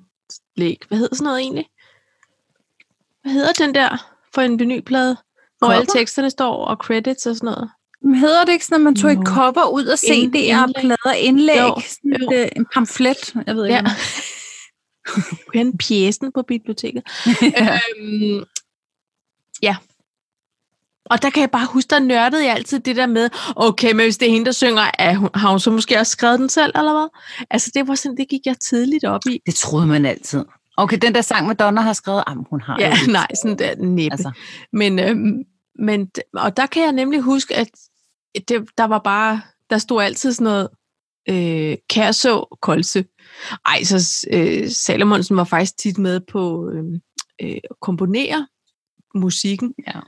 B: læg. Hvad hedder sådan noget egentlig? Hvad hedder den der for en vinylplade? Hvor alle
A: Cover?
B: teksterne står, og credits og sådan noget.
A: Men hedder det ikke sådan, at man tog i
B: Nå.
A: kopper ud og
B: Ind-
A: CD'er,
B: indlæg.
A: plader, indlæg,
B: Jo,
A: sådan
B: jo.
A: et, øh, en pamflet, jeg ved ikke.
B: Ja. *laughs*
A: hvad.
B: Hente pjæsen på biblioteket.
A: *laughs* Ja.
B: Øhm, ja. Og der kan jeg bare huske, der nørdede jeg altid det der med, okay, men hvis det er hende, der synger, er hun, har hun så måske også skrevet den selv, eller hvad? Altså, det var sådan, det gik jeg tidligt op i.
A: Det troede man altid. Okay, den der sang, Madonna har skrevet, jamen, hun har
B: Ja,
A: jo lidt.
B: nej, sådan der næppe.
A: Altså,
B: Men, øhm, men, d- og der kan jeg nemlig huske, at det, der var bare, der stod altid sådan noget, øh, Kærså, Kolse. Ej, så øh, Salomonsen var faktisk tit med på øh, øh, at komponere musikken.
A: Ja.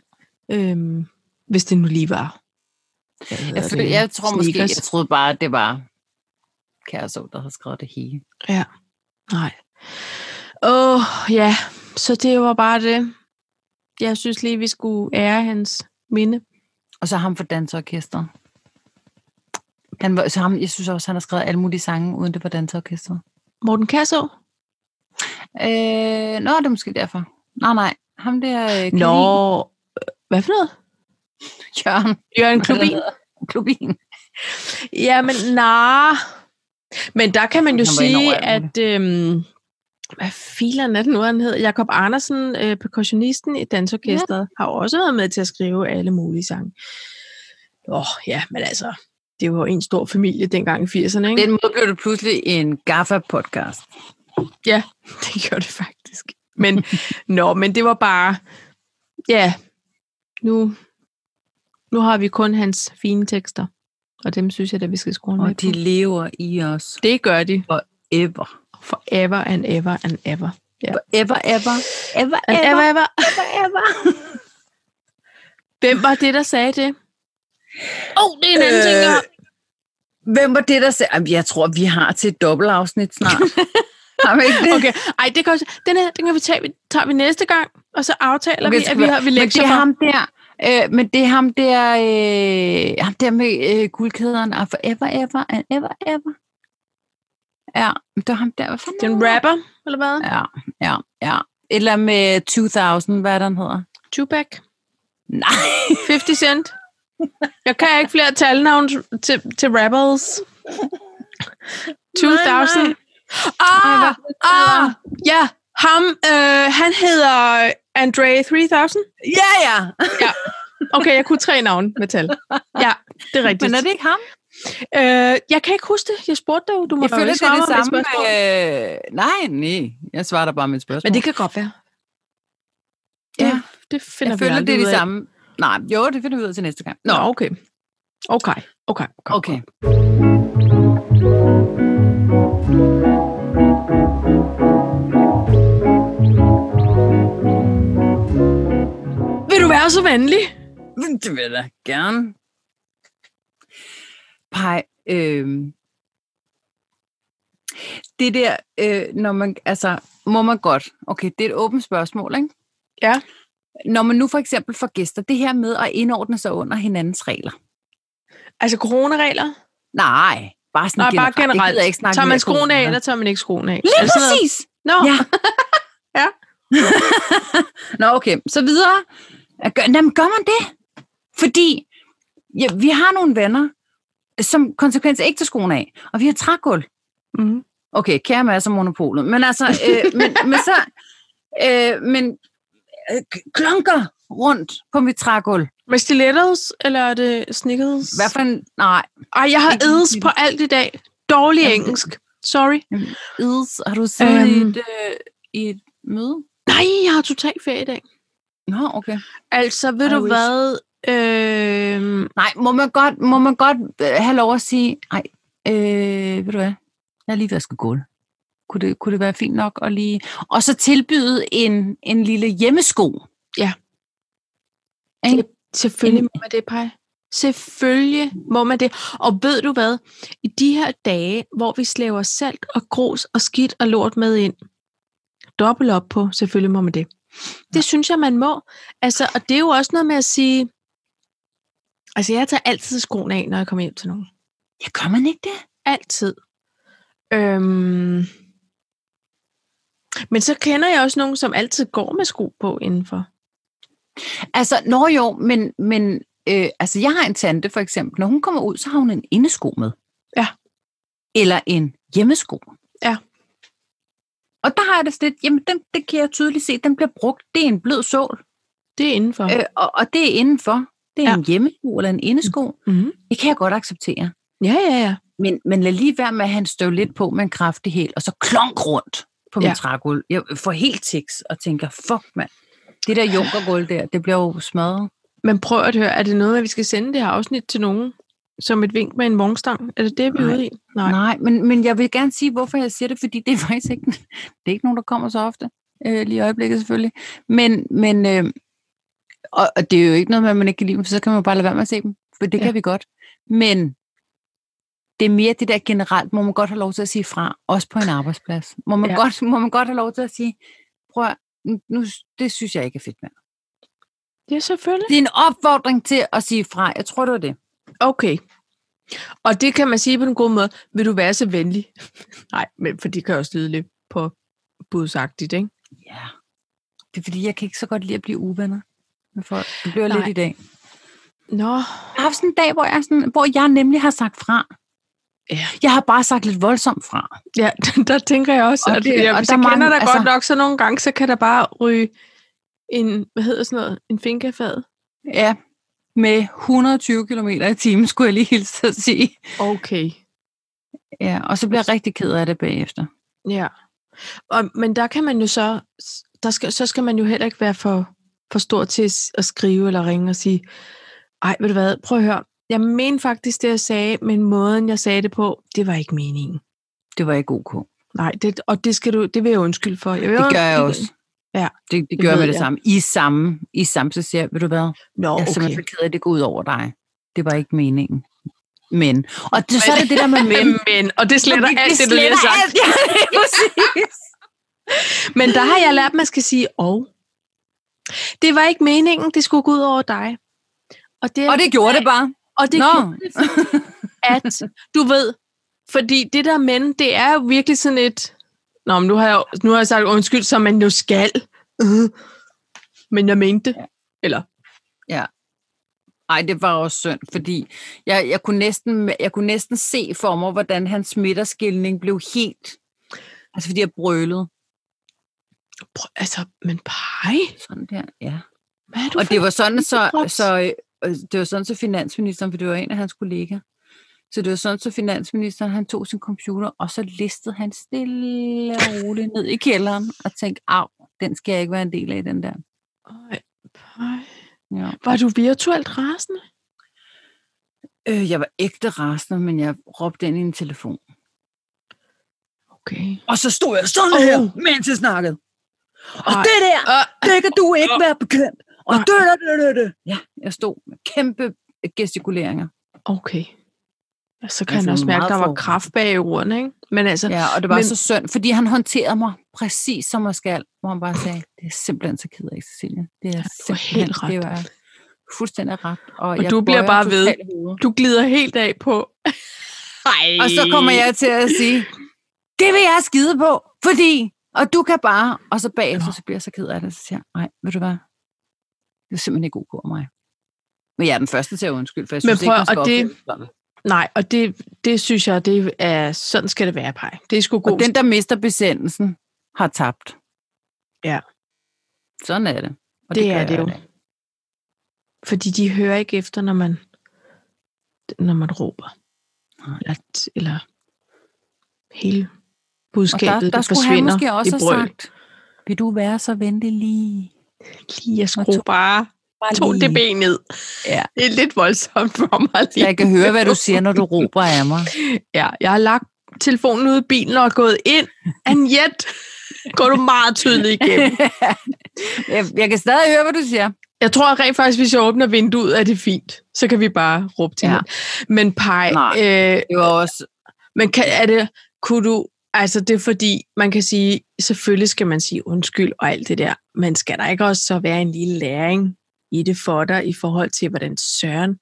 B: Øhm, hvis det nu lige var. Hvad
A: jeg,
B: hedder
A: føl,
B: det?
A: jeg tror måske,
B: Snickers.
A: jeg troede bare, det var Kæreså, der har skrevet det hele.
B: Nej. Åh, oh, ja. Så det var bare det. Jeg synes lige, vi skulle ære hans minde.
A: Og så ham for danseorkestret. Han var, så ham, jeg synes også, han har skrevet alle mulige sange, uden det var danseorkestret.
B: Morten Kærså?
A: Øh, nå, det er måske derfor. Nej, nej. Ham der øh, Klubin.
B: Nå, øh, hvad for noget?
A: Jørgen.
B: Jørgen
A: Klubin.
B: *laughs* Klubin?
A: Klubin.
B: Jamen, nej. Men der kan man jo
A: Han var inde over
B: sige,
A: alt
B: at... Øhm, hvad filen er det nu, han hedder? Jakob Andersen, øh, percussionisten i Dansorkestret, ja. har jo også været med til at skrive alle mulige sange. Åh, oh, ja, men altså, det var en stor familie dengang i 80'erne, ikke?
A: Den måde blev det pludselig en gaffa-podcast.
B: *laughs* Det gjorde det faktisk. Men, *laughs* nå, men det var bare, ja, nu, nu har vi kun hans fine tekster, og dem synes jeg, at vi skal skrue ned
A: Og de
B: på.
A: lever i os
B: Det gør de
A: ever.
B: forever and ever and ever.
A: Ever, ever. Ever,
B: And
A: Altså, ever, ever,
B: ever, ever.
A: ever.
B: Hvem var det, der sagde det?
A: Åh, oh, det er
B: en anden ting, jeg har.
A: Hvem var det, der sagde? Jamen, Jeg tror, vi har til et dobbeltafsnit snart. *laughs* har vi ikke det?
B: Øh. Okay, ej, det kan også, den her, den kan vi tage, tager vi næste gang, og så aftaler
A: Okay,
B: okay, vi,
A: skal
B: at vi
A: vi-
B: har vi
A: Men det
B: lektier
A: er
B: for.
A: ham der, øh, men det er ham der, øh, ham der med øh, guldkæderne, og forever, ever, and ever, ever. Ja, men det var ham der. Hvad fanden
B: Den
A: er det?
B: rapper, eller hvad? Ja.
A: Ja, ja, ja. Et eller andet med 2000, hvad er det, han hedder?
B: Tupac,
A: Nej,
B: 50 Cent. Jeg kan ikke flere talnavn til, til rappers. 2000.
A: Nej, nej.
B: Ah,
A: hvad
B: ah, ja, ham, øh, han hedder Andre 3000.
A: ja, ja.
B: Okay, jeg kunne tre navne med tal. Ja, det er rigtigt.
A: Men er det ikke ham?
B: Øh, jeg kan ikke huske det. Jeg spurgte dig jo. Du må
A: Jeg
B: jo
A: føler,
B: ikke
A: det er
B: svare
A: det
B: mig med et
A: samme.
B: spørgsmål.
A: Øh, nej, nej. Jeg svarer dig bare med et spørgsmål.
B: Men det kan godt være.
A: Ja.
B: Det, det finder
A: jeg
B: vi
A: føler,
B: aldrig
A: det er
B: ud
A: det
B: af.
A: samme. Nej, jo, det finder vi ud af til næste gang.
B: Nå,
A: Nå,
B: okay. Okay, okay. kom,
A: okay.
B: kom. Vil du være så venlig?
A: Men Det vil jeg da gerne. Pej, øh, det der, øh, når man, altså, må man godt. Okay, det er et åbent spørgsmål, ikke?
B: Ja.
A: Når man nu for eksempel får gæster, det her med at indordne sig under hinandens regler.
B: Altså coronaregler?
A: Nej, bare sådan
B: Nej,
A: generelt.
B: bare
A: Det gider
B: generelt.
A: jeg ikke snakke
B: Tager
A: mere
B: man skoen af,
A: corona.
B: eller Altså- tager man ikke skoen af?
A: Lige
B: Er det sådan noget?
A: præcis!
B: Nå,
A: Ja.
B: Ja.
A: *laughs* Nå, okay. Så videre. Gør, jamen, gør man det? Fordi ja, vi har nogle venner, som konsekvens ikke til skoen af, og vi har trægulv. Mm-hmm.
B: Mm.
A: Okay, kære masser af monopolet. Men altså, *laughs* øh, men, men så, øh, men øh, k- klunker rundt på mit trægulv.
B: Med stilettos, eller er det sneakers?
A: Hvad for en, nej,
B: Ej, jeg har
A: Ikke
B: edes
A: sneakers.
B: på alt i dag. Dårlig
A: Jamen, det-
B: engelsk. Sorry.
A: ids, har du siddet øhm. i,
B: Øhm.
A: et, øh, i et møde?
B: Nej, jeg har totalt ferie i dag.
A: Nå, okay.
B: Altså, ved
A: I
B: du
A: wish.
B: hvad? Øh,
A: Nej, må man godt, må man godt øh, have lov at sige, nej, øh, ved du hvad, jeg har lige vasket gulv. Kunne det, kunne det være fint nok at lige... Og så tilbyde en, en lille hjemmesko.
B: Ja.
A: Ikke?
B: selvfølgelig må man det, Paj. Selvfølgelig må man det. Og ved du hvad? I de her dage, hvor vi slæver salt og grus og skidt og lort med ind, dobbelt op på, selvfølgelig må man det. Det synes jeg, man må. Altså, og det er jo også noget med at sige, altså jeg tager altid skoen af, når jeg kommer hjem til nogen.
A: Ja, gør man ikke det?
B: Altid. Øhm. Men så kender jeg også nogen, som altid går med sko på indenfor.
A: Altså, nå jo, men, men øh, altså, jeg har en tante for eksempel. Når hun kommer ud, så har hun en indesko med.
B: Ja.
A: Eller en hjemmesko.
B: Ja.
A: Og der har jeg det sådan lidt, jamen den, det kan jeg tydeligt se, den bliver brugt. Det er en blød sål.
B: Det er indenfor.
A: Øh, og, og det er indenfor. Det er
B: Ja.
A: ja. en hjemmesko eller en indesko.
B: Mm-hmm.
A: Det kan jeg godt acceptere.
B: Ja, ja, ja.
A: Men, men lad lige være med, at han støv lidt på med en kraftig hæl, og så klonk rundt på min
B: Ja.
A: ja. trægulv. Jeg får helt tiks og tænker, fuck mand, det der junkergulv der, det bliver jo smadret.
B: Men prøv at høre, er det noget, at vi skal sende det her afsnit til nogen? Som et vink med en vognstang? Er det det, vi er
A: Nej.
B: ude i?
A: Nej,
B: Nej.
A: Nej men, men jeg vil gerne sige, hvorfor jeg siger det, fordi det er faktisk ikke, det er ikke nogen, der kommer så ofte. Øh, lige i øjeblikket selvfølgelig. Men, men øh, og, og det er jo ikke noget med, at man ikke kan lide dem, for så kan man jo bare lade være med at se dem. For det
B: Ja.
A: ja. kan vi godt. Men det er mere det der generelt, må man godt have lov til at sige fra, også på en arbejdsplads. Må man,
B: Ja.
A: ja. godt, må man godt have lov til at sige, prøv at- nu, nu, det synes jeg ikke er fedt med.
B: Ja, selvfølgelig.
A: Det er en opfordring til at sige fra. Jeg tror, det var det.
B: Okay. Og det kan man sige på en god måde. Vil du være så venlig? *laughs* Nej, men for det kan også lyde lidt på budsagtigt, ikke?
A: Ja. Det er fordi, jeg kan ikke så godt lide at blive uvenner med folk. Det bliver jeg
B: Nej.
A: lidt i dag.
B: Nå.
A: Jeg har haft sådan en dag, hvor jeg, sådan, hvor jeg nemlig har sagt fra.
B: Ja.
A: Jeg har bare sagt lidt voldsomt fra.
B: Ja, *laughs* der tænker jeg også,
A: Og
B: at
A: det-
B: jeg,
A: og
B: hvis
A: der
B: jeg
A: er
B: kender
A: mange-
B: dig altså,
A: altså-
B: godt nok, så nogle gange, så kan der bare ryge en, hvad hedder sådan noget, en fingerfad.
A: Ja, med 120 km i timen, skulle jeg lige hilse at sige.
B: Okay.
A: Ja, og så bliver jeg rigtig ked af det bagefter.
B: Ja. Og, men der kan man jo så, der skal, så skal man jo heller ikke være for, for stor til s- at skrive eller ringe og sige, ej, ved du hvad, prøv at høre, jeg mener faktisk det, jeg sagde, men måden, jeg sagde det på, det var ikke meningen.
A: Det var ikke ok.
B: Nej, det, og det, skal du, det vil jeg undskylde for. Jeg vil
A: Det gør jeg
B: undskylde-
A: også.
B: Ja,
A: det, det
B: det
A: gør jeg
B: ved
A: med det
B: jeg.
A: samme. I samme, i samme så siger jeg, ved du hvad? Jeg
B: Nå,
A: er
B: okay.
A: simpelthen så ked af, at det går ud over dig. Det var ikke meningen. Men. Og det, så er det det der *laughs* med men.
B: Men, men, og
A: *laughs*
B: det sletter
A: Fordi
B: alt det, du lige har
A: sletter
B: sagt.
A: alt, *laughs* Ja, det er *laughs* præcis.
B: Men der har jeg lært, at man skal sige, og. Oh. Det var ikke meningen, det skulle gå ud over dig. Og det,
A: Og det gjorde det bare.
B: og det
A: Nå.
B: gjorde det, fordi at, du ved, fordi det der men, det er jo virkelig sådan et, nå, men nu har jeg, nu har jeg sagt undskyld, som man jo skal. Øh. Men jeg mente det. Eller,
A: Nej, det var også synd, fordi jeg, jeg, kunne næsten, jeg kunne næsten se for mig, hvordan hans midterskilning blev helt... Altså, fordi jeg brølede
B: prøv, altså, men pej,
A: sådan der. Ja.
B: hvad er du
A: Og
B: for
A: det var sådan, så,
B: Lysebroks.
A: så, øh, det var sådan, så finansministeren, for det var en af hans kollegaer, så det var sådan, så finansministeren han tog sin computer, og så listede han stille og roligt ned i kælderen, og tænkte, af, den skal jeg ikke være en del af, den der.
B: Øj, pøj.
A: Ja.
B: Var du virtuelt rasende?
A: Øh, jeg var ægte rasende, men jeg råbte ind i en telefon.
B: Okay.
A: Og så stod jeg sådan
B: Åh.
A: her, mens jeg snakkede. Og
B: Ej.
A: det der,
B: Øh,
A: det kan du ikke være bekendt. Og
B: Nej.
A: det, det, det, det, det. Ja, jeg stod med kæmpe gestikuleringer.
B: Okay. Ja, så
A: Altså,
B: kan altså, han også mærke,
A: meget
B: at der var
A: for-
B: kraft bag i ordene, ikke? Men altså, ja.
A: Ja, og det var
B: Men-
A: så synd, fordi han håndterede mig præcis som jeg skal, hvor han bare sagde, det er simpelthen så ked af, Cecilia. Det er ja,
B: du har
A: simpelthen,
B: helt ret.
A: det var fuldstændig ret. Og,
B: Og du bliver
A: bøjer
B: bare ved.
A: totalt hovedet.
B: du glider helt af på... Ej.
A: Og så kommer jeg til at sige, det vil jeg skide på, fordi, og du kan bare, og så bagefter,
B: Nå.
A: så bliver jeg så ked af det, så siger jeg, nej, ved du hvad, det er simpelthen ikke god over mig. Men jeg er den første til at undskylde, for jeg
B: Men
A: synes
B: prøv,
A: ikke, man skal
B: og det-
A: opleve sådan.
B: Nej, og det, det synes jeg, det er, sådan skal det være, Pej. Det er sgu
A: Og
B: god.
A: den, der mister besendelsen, har tabt.
B: Ja.
A: Sådan er det. Og
B: Det
A: gør
B: er
A: jeg
B: det jo.
A: i dag.
B: Fordi de hører ikke efter, når man, når man råber.
A: Nej.
B: Eller, eller hele
A: Og
B: budskabet,
A: der, der,
B: der
A: skulle han
B: forsvinder
A: måske også
B: i
A: have
B: brøl.
A: sagt, vil du være så venlig lige?
B: Lige at
A: Og
B: skrue
A: to-
B: bare
A: Bare
B: to
A: lige,
B: dB ned.
A: Ja.
B: Det er lidt voldsomt for mig
A: Så
B: lige.
A: jeg kan høre, hvad du siger, når du råber af mig.
B: Ja, jeg har lagt telefonen ude i bilen og er gået ind, and yet går du meget tydeligt igennem.
A: jeg, jeg kan stadig høre, hvad du siger.
B: Jeg tror rent faktisk, hvis jeg åbner vinduet, er det fint. Så kan vi bare råbe til
A: Ja.
B: ja. Men Pej,
A: Nej.
B: øh,
A: Det var også...
B: men kan, er det, kunne du, altså det er fordi, man kan sige, selvfølgelig skal man sige undskyld og alt det der, men skal der ikke også så være en lille læring i det for dig, i forhold til, hvordan Søren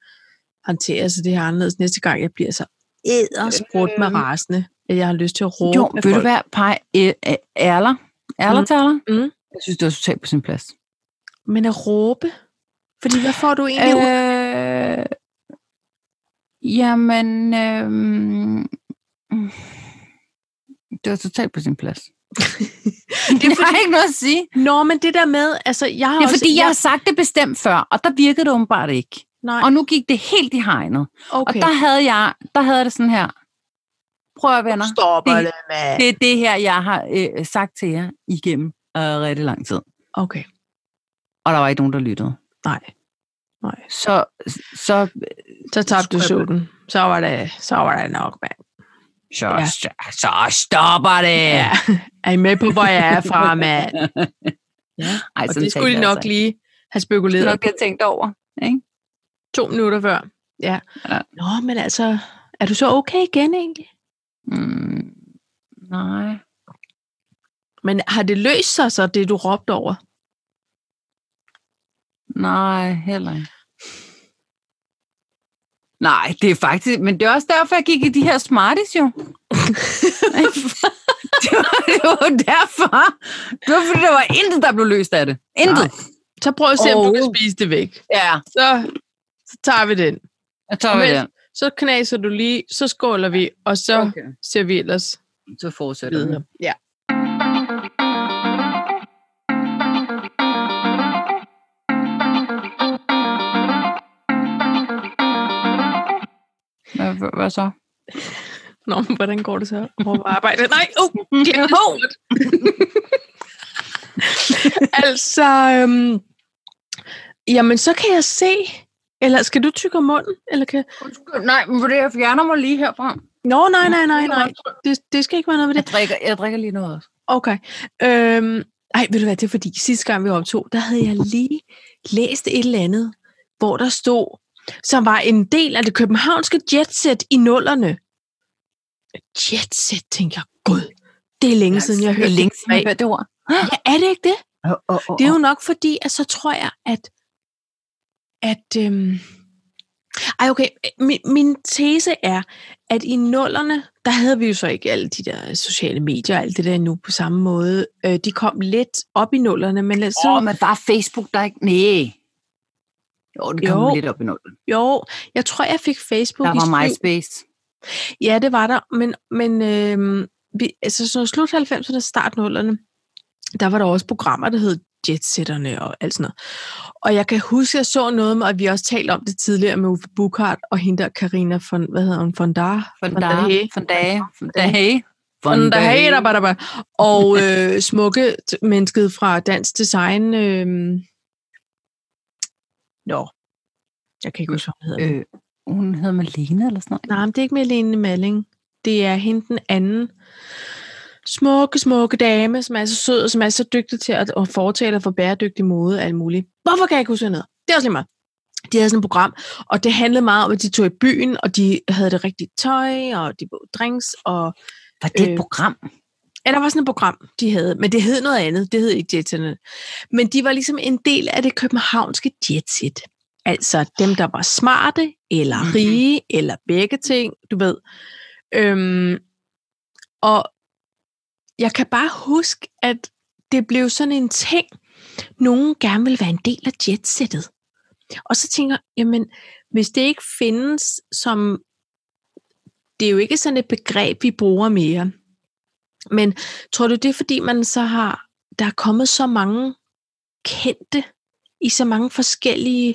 B: håndterer sig det her anderledes næste gang, jeg bliver så ædersprudt med
A: Øhm.
B: rasende, at jeg har lyst til at råbe
A: Jo,
B: af
A: ved du
B: folk.
A: hvad, Paj? Æ- æ- Ærler? Ærler
B: Mm.
A: taler?
B: Mm.
A: Jeg synes, det var totalt på sin plads.
B: Men at råbe? Fordi hvad får du egentlig ud?
A: Øh, jamen, øh, det var totalt på sin
B: *laughs*
A: plads. det er fordi... Jeg har ikke noget at sige.
B: Nå, men Øh. det der med, altså jeg har
A: Det er
B: også,
A: fordi, jeg har sagt det bestemt før, og der virkede det åbenbart ikke.
B: Nej,
A: Og nu gik det helt i hegnet. Okay. Og
B: okay.
A: der havde, jeg, der havde jeg det sådan her. Prøv at venner.
B: stopper
A: det-
B: det, mand.
A: Det er det her, jeg har øh, sagt til jer igennem øh, rigtig lang tid.
B: Okay,
A: Og der var ikke nogen, der lyttede.
B: nej. Nej.
A: Så, så,
B: Så tabte du
A: Skrøbeligt.
B: suten. Så var det, så var det nok, mand.
A: så,
B: Ja.
A: så, så stopper det.
B: Ja. Er I med på, hvor jeg er
A: *laughs*
B: fra, mand? Ja.
A: Ej,
B: Og
A: sådan
B: det skulle
A: tænkte
B: de
A: jeg
B: nok
A: altså
B: lige have
A: ikke.
B: spekuleret
A: nok have tænkt over. Ikke?
B: to minutter før. Ja.
A: Ja.
B: Nå, men altså, er du så okay igen egentlig?
A: Mm, nej.
B: Men har det løst sig så, det du råbte over?
A: Nej, heller ikke. Nej, det er faktisk... Men det er også derfor, jeg gik i de her smarties *laughs* jo. det, var, det var derfor. Det var, fordi der var intet, der blev løst af det. Intet. Nej.
B: Så prøv at se, om du kan
A: Overhovedet.
B: spise det væk.
A: Ja,
B: Så, så tager vi den.
A: jeg tager
B: Men-
A: med den.
B: Så knaser du lige, så skåler vi, og så okay. ser vi ellers
A: Så fortsætter vi.
B: videre. Ja.
A: Hvad, hvad så?
B: Nå, men hvordan går det så? Hvor var arbejdet? Nej, uh, glem det
A: Hov!
B: *laughs* stort. altså, øhm, jamen, så kan jeg se. Eller skal du tykke om munden? Eller kan...
A: Undskyld, nej, men det, jeg fjerner mig lige herfra.
B: Nå, nej, nej, nej, nej. Det, det skal ikke være noget ved det.
A: Jeg drikker, jeg drikker lige noget også.
B: Okay. Øhm, ej, ved du hvad, det er fordi, sidste gang vi optog, der havde jeg lige læst et eller andet, hvor der stod, som var en del af det københavnske jetset i nullerne. Jetset, tænker jeg, gud, det er længe siden, jeg har
A: Det er
B: hørt
A: længe siden, jeg
B: begreb.
A: hørte det ord.
B: Ja, er det ikke det?
A: Oh, oh, oh,
B: Det er jo nok fordi, at så tror jeg, at... at øhm, ej, okay. Min, min tese er, at i nullerne, der havde vi jo så ikke alle de der sociale medier og alt det der nu på samme måde. Øh, de kom lidt op i nullerne, men lad- så...
A: Åh, oh, men bare Facebook, der er ikke... Nej. Jo, det kom
B: Jo.
A: lidt op i nullen.
B: Jo, jeg tror, jeg fik Facebook
A: Der
B: i
A: var
B: syv-
A: MySpace.
B: Ja, det var der, men, men øhm, vi, altså sådan noget slut 90'erne, start 0'erne, der var der også programmer, der hed jetsætterne og alt sådan noget. Og jeg kan huske, at jeg så noget med, og vi har også talt om det tidligere med Uffe Bukart og hende der Karina von, hvad hedder hun, von Dar?
A: Von Dage. Von Dage.
B: Von der hey, der, der, der. Og øh, smukke t- mennesket fra Dansk Design. Øh... Nå, jeg kan ikke huske, hvad hun hedder. Øh.
A: Øh, hun hedder Malene eller sådan noget.
B: Nej, men det er ikke Malene Malling. Det er hende den anden smukke, smukke dame, som er så sød og som er så dygtig til at at fortale for bæredygtig mode og alt muligt. Hvorfor kan jeg ikke huske hvad hun hedder? Det er også lige meget. De havde sådan et program, og det handlede meget om, at de tog i byen, og de havde det rigtige tøj, og de brugte drinks, og
A: Var det et
B: Øh,
A: program?
B: Ja, der var sådan et program, de havde, men det hed noget andet, det hed ikke Jetsene. Men de var ligesom en del af det københavnske jetset. Altså dem, der var smarte, eller
A: Mhm.
B: rige, eller begge ting, du ved. Øhm, og jeg kan bare huske, at det blev sådan en ting, nogen gerne vil være en del af jetsettet. Og så tænker jeg, jamen, hvis det ikke findes som... Det er jo ikke sådan et begreb, vi bruger mere. Men tror du, det er fordi, man så har... Der er kommet så mange kendte i så mange forskellige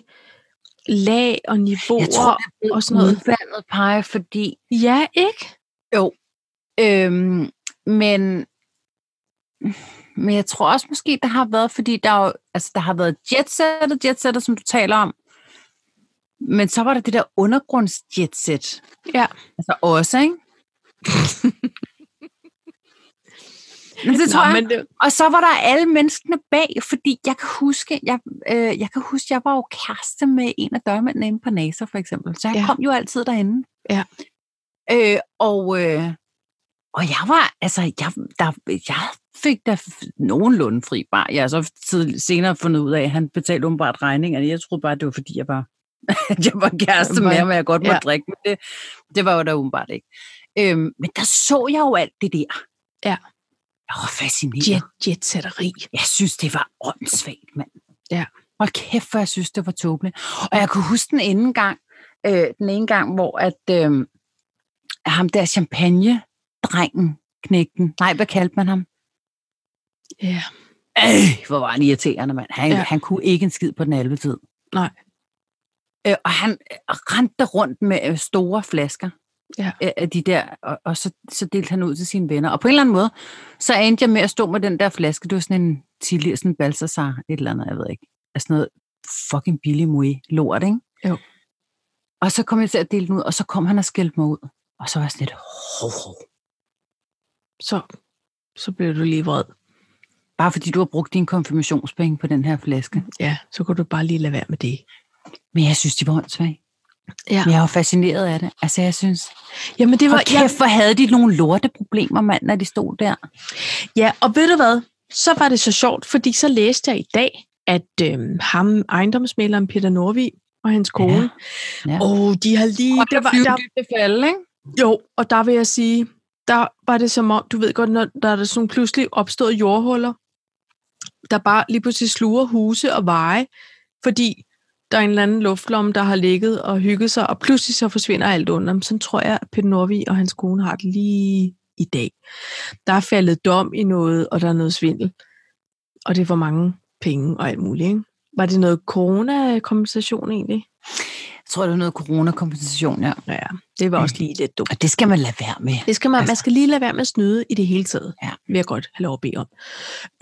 B: lag og niveauer.
A: Jeg tror, det er blevet
B: og sådan noget.
A: udvandet pege, fordi
B: Ja, ikke?
A: Øhm, men, men jeg tror også måske, der har været, fordi der, er jo, altså, der har været jetsettet, jetsettet, som du taler om. Men så var der det der undergrundsjetset.
B: Ja.
A: Altså også, ikke? men det tror
B: Nå,
A: jeg.
B: men det,
A: Og så var der alle menneskene bag, fordi jeg kan huske, jeg, øh, jeg kan huske, jeg var jo kæreste med en af dørmændene inde på NASA for eksempel, så jeg
B: Ja.
A: ja. kom jo altid derinde.
B: Ja.
A: Øh, og, øh, og jeg var, altså, jeg, der, jeg fik da f- nogenlunde fri bar. Jeg har så tid, senere fundet ud af, at han betalte umiddelbart regningerne. Jeg troede bare, det var fordi, jeg var, *laughs* at jeg var kæreste
B: Bare-
A: med ham, og jeg godt måtte
B: ja.
A: ja. drikke. Men det, det var jo da umiddelbart ikke. Øhm, men der så jeg jo alt det der.
B: Ja.
A: Jeg var fascineret.
B: jet, jetsetteri.
A: Jeg synes, det var åndssvagt, mand.
B: Ja.
A: Hold kæft, for jeg synes, det var tåbeligt. Og jeg kunne huske den ene gang, øh, den ene gang, hvor at, øh, ham der champagne-drengen, knægten, nej, hvad kaldte man ham?
B: Ja.
A: Øh, hvor var han irriterende, mand. Han,
B: Ja.
A: ja. han kunne ikke en skid på den halve tid.
B: Nej.
A: Øh, og han øh, rendte rundt med øh, store flasker
B: Ja.
A: øh, af de der, og, og så, så delte han ud til sine venner. Og på en eller anden måde, så endte jeg med at stå med den der flaske. Det var sådan en tidligere, sådan en Balsasar, et eller andet, jeg ved ikke. Altså noget fucking billig mui lort, ikke?
B: Jo.
A: Og så kom jeg til at dele den ud, og så kom han og skældte mig ud. Og så var jeg sådan lidt, hov, hov.
B: Så, så blev du lige vred.
A: bare fordi du har brugt dine konfirmationspenge på den her flaske.
B: Ja, så kunne du bare lige lade være med det.
A: Men jeg synes, de var åndssvage.
B: Ja.
A: Men Jeg var fascineret af det. Altså, jeg synes...
B: Jamen det
A: Det
B: var,
A: var, kæft, hvor havde de nogle lorteproblemer, mand, når de stod der.
B: Ja, og ved du hvad? Så var det så sjovt, fordi så læste jeg i dag, at øhm, ham, ejendomsmæleren Peter Norvig og hans kone, ja.
A: ja.
B: Ja. Oh, de har lige... der var, der,
A: det falde, ikke?
B: jo, og der vil jeg sige, der var det som om, du ved godt, når der er sådan nogle pludselig opstået jordhuller, der bare lige pludselig sluger huse og veje, fordi der er en eller anden luftlomme, der har ligget og hygget sig, og pludselig så forsvinder alt under dem. Sådan tror jeg, at Peter Norvig og hans kone har det lige i dag. Der er faldet dom i noget, og der er noget svindel. Og det er for mange penge og alt muligt. Ikke? Var det noget corona-kompensation egentlig?
A: Jeg tror, det var noget coronakompensation, ja.
B: Ja, det var også lige lidt dumt.
A: Og det skal man lade være med.
B: Det skal man, altså. man
A: Altså.
B: skal lige lade være med at snyde i det hele taget,
A: Ja.
B: vil jeg godt have lov at bede om.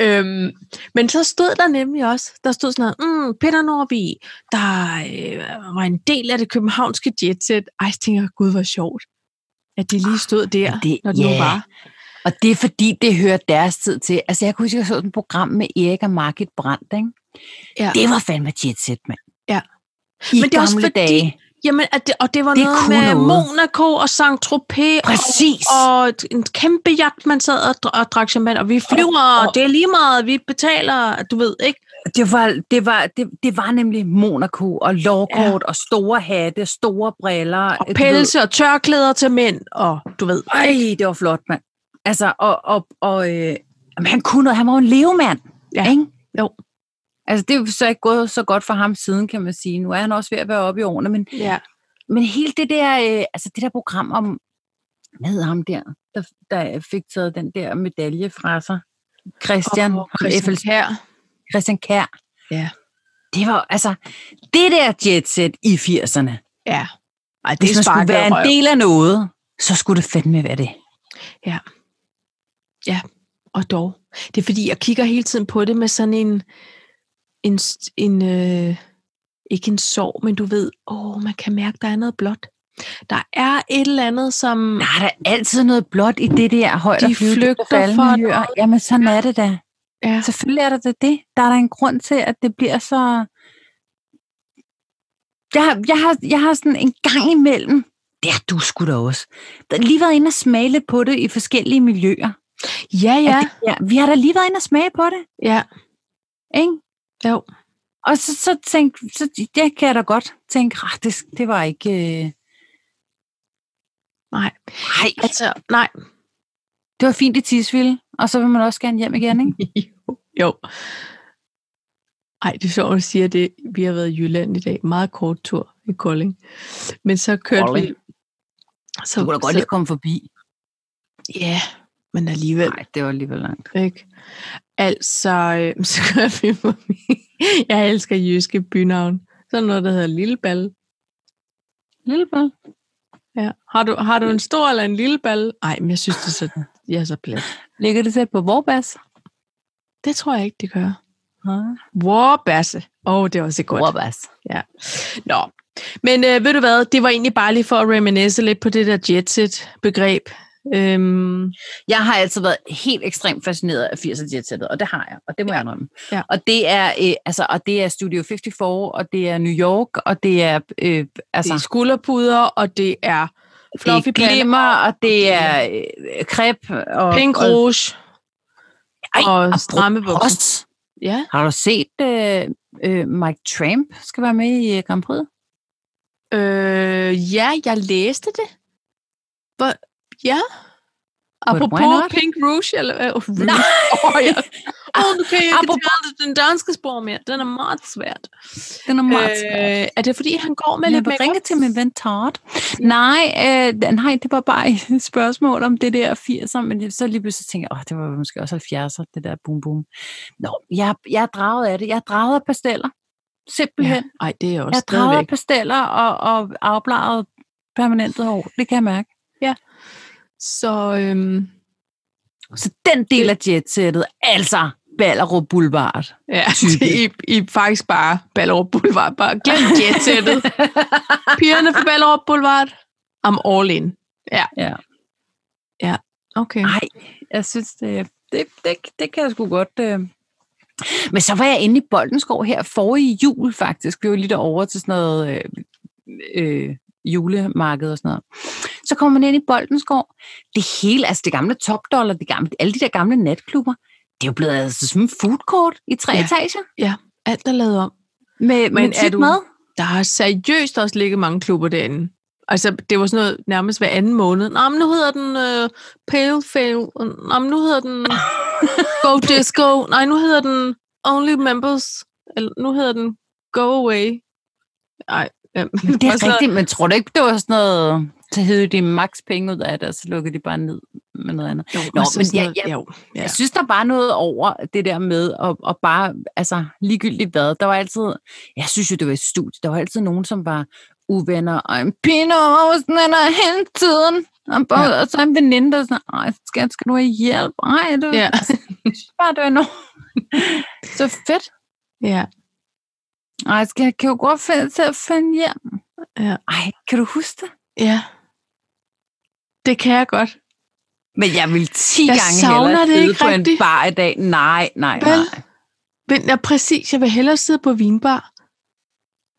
B: Øhm, men så stod der nemlig også, der stod sådan noget, mm, Peter Norby, der øh, var en del af det københavnske jetset. Ej, jeg tænker, gud, hvor sjovt, at de lige stod der,
A: Ah, men
B: det,
A: det-
B: når det nu
A: ja.
B: var.
A: Og det er fordi, det hører deres tid til. Altså, jeg kunne huske, at jeg så et program med Erik og Margit Brandt, ikke?
B: Ja.
A: Det var fandme jetset, mand.
B: Ja.
A: I
B: Men det er også
A: gamle
B: fordi-
A: dage.
B: Jamen, at det, og det var det
A: Det
B: noget
A: kunne
B: med noget.
A: noget.
B: Monaco og Saint-Tropez
A: Præcis.
B: og, og en kæmpe jagt, man sad og, dr- og drak champagne, og vi flyver, og,
A: Og-
B: og det er lige meget, vi betaler, du ved, ikke?
A: Det var, det, var, det, det var nemlig Monaco og lovkort ja. og store hatte, store briller.
B: Og
A: du ved.
B: pelse og tørklæder til mænd, og du ved,
A: Ej, det var flot, mand. Altså, og, og, og øh, jamen, han kunne noget. Han var jo en levemand,
B: Ja,
A: ikke?
B: jo.
A: Altså, det er jo så ikke gået så godt for ham siden, kan man sige. Nu er han også ved at være oppe i årene, men,
B: Ja.
A: men hele det der, øh, altså det der program om, hvad hedder ham der, der, der fik taget den der medalje fra sig? Christian,
B: Christian
A: Christian.
B: her.
A: Christian Kær.
B: Ja.
A: Det var altså, det der jetset i 80'erne,
B: Ja. Ej,
A: hvis man skulle
B: sparker
A: være en
B: røv.
A: del af noget, så skulle det fandme være det.
B: Og dog. Det er fordi, jeg kigger hele tiden på det med sådan en, en, s- en øh, ikke en sorg, men du ved, åh, man kan mærke, der er noget blåt. Der er et eller andet, som...
A: Der er da altid noget blåt i det der højt
B: De
A: og flyvende
B: flygter
A: faldende
B: for
A: miljøer.
B: noget.
A: Jamen, sådan er det da.
B: Ja.
A: Selvfølgelig er der det, det. Der er der en grund til, at det bliver så... Jeg, har- jeg, har, jeg har sådan en gang imellem... Det har du sgu da også. Der har lige været inde og smage lidt på det i forskellige miljøer.
B: Ja,
A: At
B: ja,
A: Det, ja, vi har da lige været inde og smage på det,
B: ja.
A: ikke?
B: Jo.
A: Og så, så tænkte... Så, det kan jeg da godt tænke, ah, det, det var ikke... Øh...
B: Nej.
A: Nej,
B: Altså, nej.
A: det var fint i Tisvilde, og så vil man også gerne hjem igen, ikke?
B: *laughs* Jo. Ej, det er sjovt, at du siger det. Vi har været i Jylland i dag. Meget kort tur i Kolding. Men så kørte vi...
A: Kolding?
B: Så,
A: Du kunne da godt lige komme forbi.
B: Ja, men alligevel.
A: Nej, det var alligevel langt.
B: Ikke? Altså, øh, *laughs* så kører vi forbi. Jeg elsker jyske bynavn. Sådan noget, der hedder Lilleball.
A: Lilleball.
B: Ja. Har, du, har du en stor eller en lille ball? Nej, men jeg synes, det er så, jeg er så plat.
A: Ligger det tæt på Vorbas?
B: Det tror jeg ikke, det gør. Warbasse. Åh, oh, det er også godt.
A: Vorbas.
B: Nå. Men øh, ved du hvad, det var egentlig bare lige for at reminisce lidt på det der jetset-begreb. Øhm,
A: Jeg har altså været helt ekstremt fascineret af 80'er jetsættet, og det har jeg, og det må jeg indrømme.
B: Ja.
A: Og, det er, øh, altså, og det er Studio 54, og det er New York, og det er, øh,
B: altså, det er
A: altså,
B: skulderpuder, og det er
A: det er
B: fluffy glimmer,
A: glimmer, og det er øh, kreb, og,
B: pink
A: og,
B: rouge
A: Ej,
B: og
A: apropos
B: stramme bukser.
A: Også,
B: Ja,
A: har du set, øh, øh, Mike Tramp skal være med i øh, Grand Prix?
B: øh, ja, jeg læste det. Hvor, ja. Apropos
A: not?
B: Pink Rouge, eller hvad? Oh,
A: *laughs* Nej. *laughs*
B: Åh, oh, ja. oh, du kan jeg ikke
A: Apropos-
B: tale den danske spor mere. Den er meget svært.
A: Den er meget svær.
B: Øh, er det fordi, han går med
A: Men jeg
B: lidt
A: vil ringe
B: makeup?
A: til min ven Todd. Nej, øh, nej, det var bare et *laughs* spørgsmål om det der 80'er, men så lige pludselig tænkte jeg, åh, det var måske også 70'er, det der boom boom. Nå, jeg, jeg er draget af det. Jeg er draget af pasteller. Simpelthen.
B: Ja. Ej, det er
A: jeg
B: også
A: er draget af
B: stadigvæk.
A: pasteller og, og afbladet permanentet hår. Det kan jeg mærke.
B: Så øhm,
A: Så den del af jetsættet, altså Ballerup Boulevard.
B: ja, *laughs*
A: Type.
B: I, I er faktisk bare Ballerup Boulevard. Bare glem
A: *laughs*
B: jetsættet. Pigerne fra Ballerup Boulevard. I'm all in. Ja.
A: Ja.
B: Ja, okay.
A: Nej, jeg synes, det, det, det, det kan jeg sgu godt... Øh. Men så var jeg inde i Boldenskov her forrige jul, faktisk. Vi var lige derovre til sådan noget øh, øh, julemarked og sådan noget. Så kommer man ind i Boldenskov. Det hele, altså det gamle topdollar, det gamle, alle de der gamle natklubber, det er jo blevet altså som en food court i tre
B: Ja.
A: ja. etager.
B: Alt er lavet om.
A: Med,
B: Men
A: med
B: er
A: tyk
B: du- *laughs*
A: mad.
B: Der har seriøst også ligget mange klubber derinde. Altså, det var sådan noget nærmest hver anden måned. Nå, men nu hedder den øh, Pale Fail. Nå, men nu hedder
A: *laughs*
B: den Go Disco. Nej, nu hedder den Only Members. Eller nu hedder den Go Away. Nej. Ja,
A: Men det er
B: Altså-
A: rigtigt, men tror du ikke, det var sådan noget... Så hed de maks penge ud af det, og så lukkede de bare ned med noget andet.
B: Jo,
A: Nå,
B: altså
A: men
B: sådan
A: ja,
B: noget-
A: ja.
B: jo.
A: Ja.
B: Ja.
A: Jeg synes, der var noget over det der med at, at bare, altså ligegyldigt hvad, der var altid, jeg synes jo, det var et studie, der var altid nogen, som var uvenner, og en pino, og sådan noget, og hele tiden, og, bare, ja. og så en veninde, der sådan, ej, skal, skal du have hjælp? Ej, det,
B: Ja.
A: ja. jeg *laughs* synes bare, det var noget. så fedt.
B: ja.
A: Ej, skal jeg, kan jo godt finde til at finde hjem.
B: Ja.
A: Ej, kan du huske det?
B: Ja. Det kan jeg godt.
A: Men jeg vil 10
B: Jeg
A: gange
B: savner
A: hellere
B: det
A: sidde
B: ikke
A: på en
B: rigtigt.
A: bar i dag. Nej, nej,
B: Vel?
A: nej.
B: Men ja, præcis, jeg vil hellere sidde på vinbar.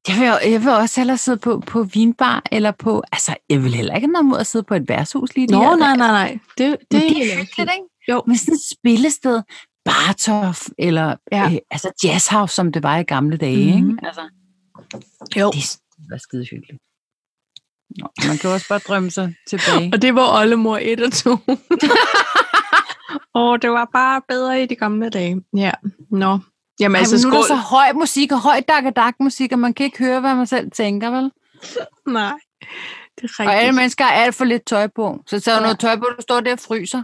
A: Jeg vil, jeg vil også hellere sidde på, på vinbar, eller på... Altså, jeg vil heller ikke have noget mod at sidde på et værtshus lige
B: Nå,
A: der.
B: nej, nej, nej. Det, det,
A: Men det,
B: helt
A: er hyggeligt, ikke?
B: Jo.
A: Men sådan et spillested, Bartof, eller
B: Ja.
A: ja. øh, altså jazzhouse, som det var i gamle dage,
B: Mhm.
A: ikke? Altså,
B: Jo.
A: det var skide hyggeligt. Nå, man kan jo også bare drømme sig tilbage.
B: Og det var oldemor 1 og *laughs* 2. og det var bare bedre i de gamle dage. Ja, nå. Jamen
A: Ej,
B: altså,
A: men nu er der
B: skål.
A: så høj musik og høj dak musik, og man kan ikke høre, hvad man selv tænker, vel?
B: Nej, det er
A: Og alle
B: rigtigt.
A: mennesker har alt for lidt tøj på. Så tager du
B: Ja.
A: noget tøj på, du står der og fryser.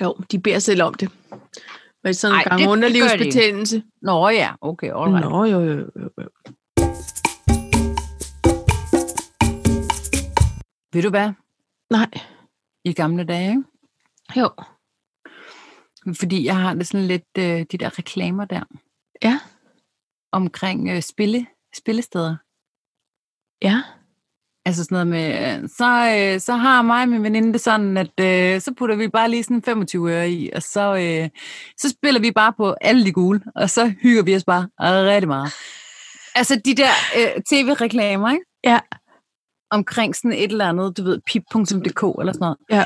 B: Jo, de beder selv om det. med sådan en
A: Ej, det- det
B: gang
A: gør de ikke.
B: underlivsbetændelse.
A: Nå ja, okay, all right.
B: Nå, jo, jo, jo, jo.
A: Ved du hvad?
B: Nej,
A: I gamle dage, ikke?
B: jo.
A: fordi jeg har det sådan lidt, øh, de der reklamer der.
B: Ja.
A: Omkring øh, spille, spillesteder.
B: Ja.
A: Altså sådan noget med, øh, så, øh, så har mig og min veninde det sådan, at øh, så putter vi bare lige sådan 25 øre i, og så, øh, så spiller vi bare på alle de gule, og så hygger vi os bare rigtig meget. Altså de der øh, tv-reklamer, ikke?
B: Ja.
A: Omkring sådan et eller andet, du ved, pip.dk eller sådan noget.
B: Ja.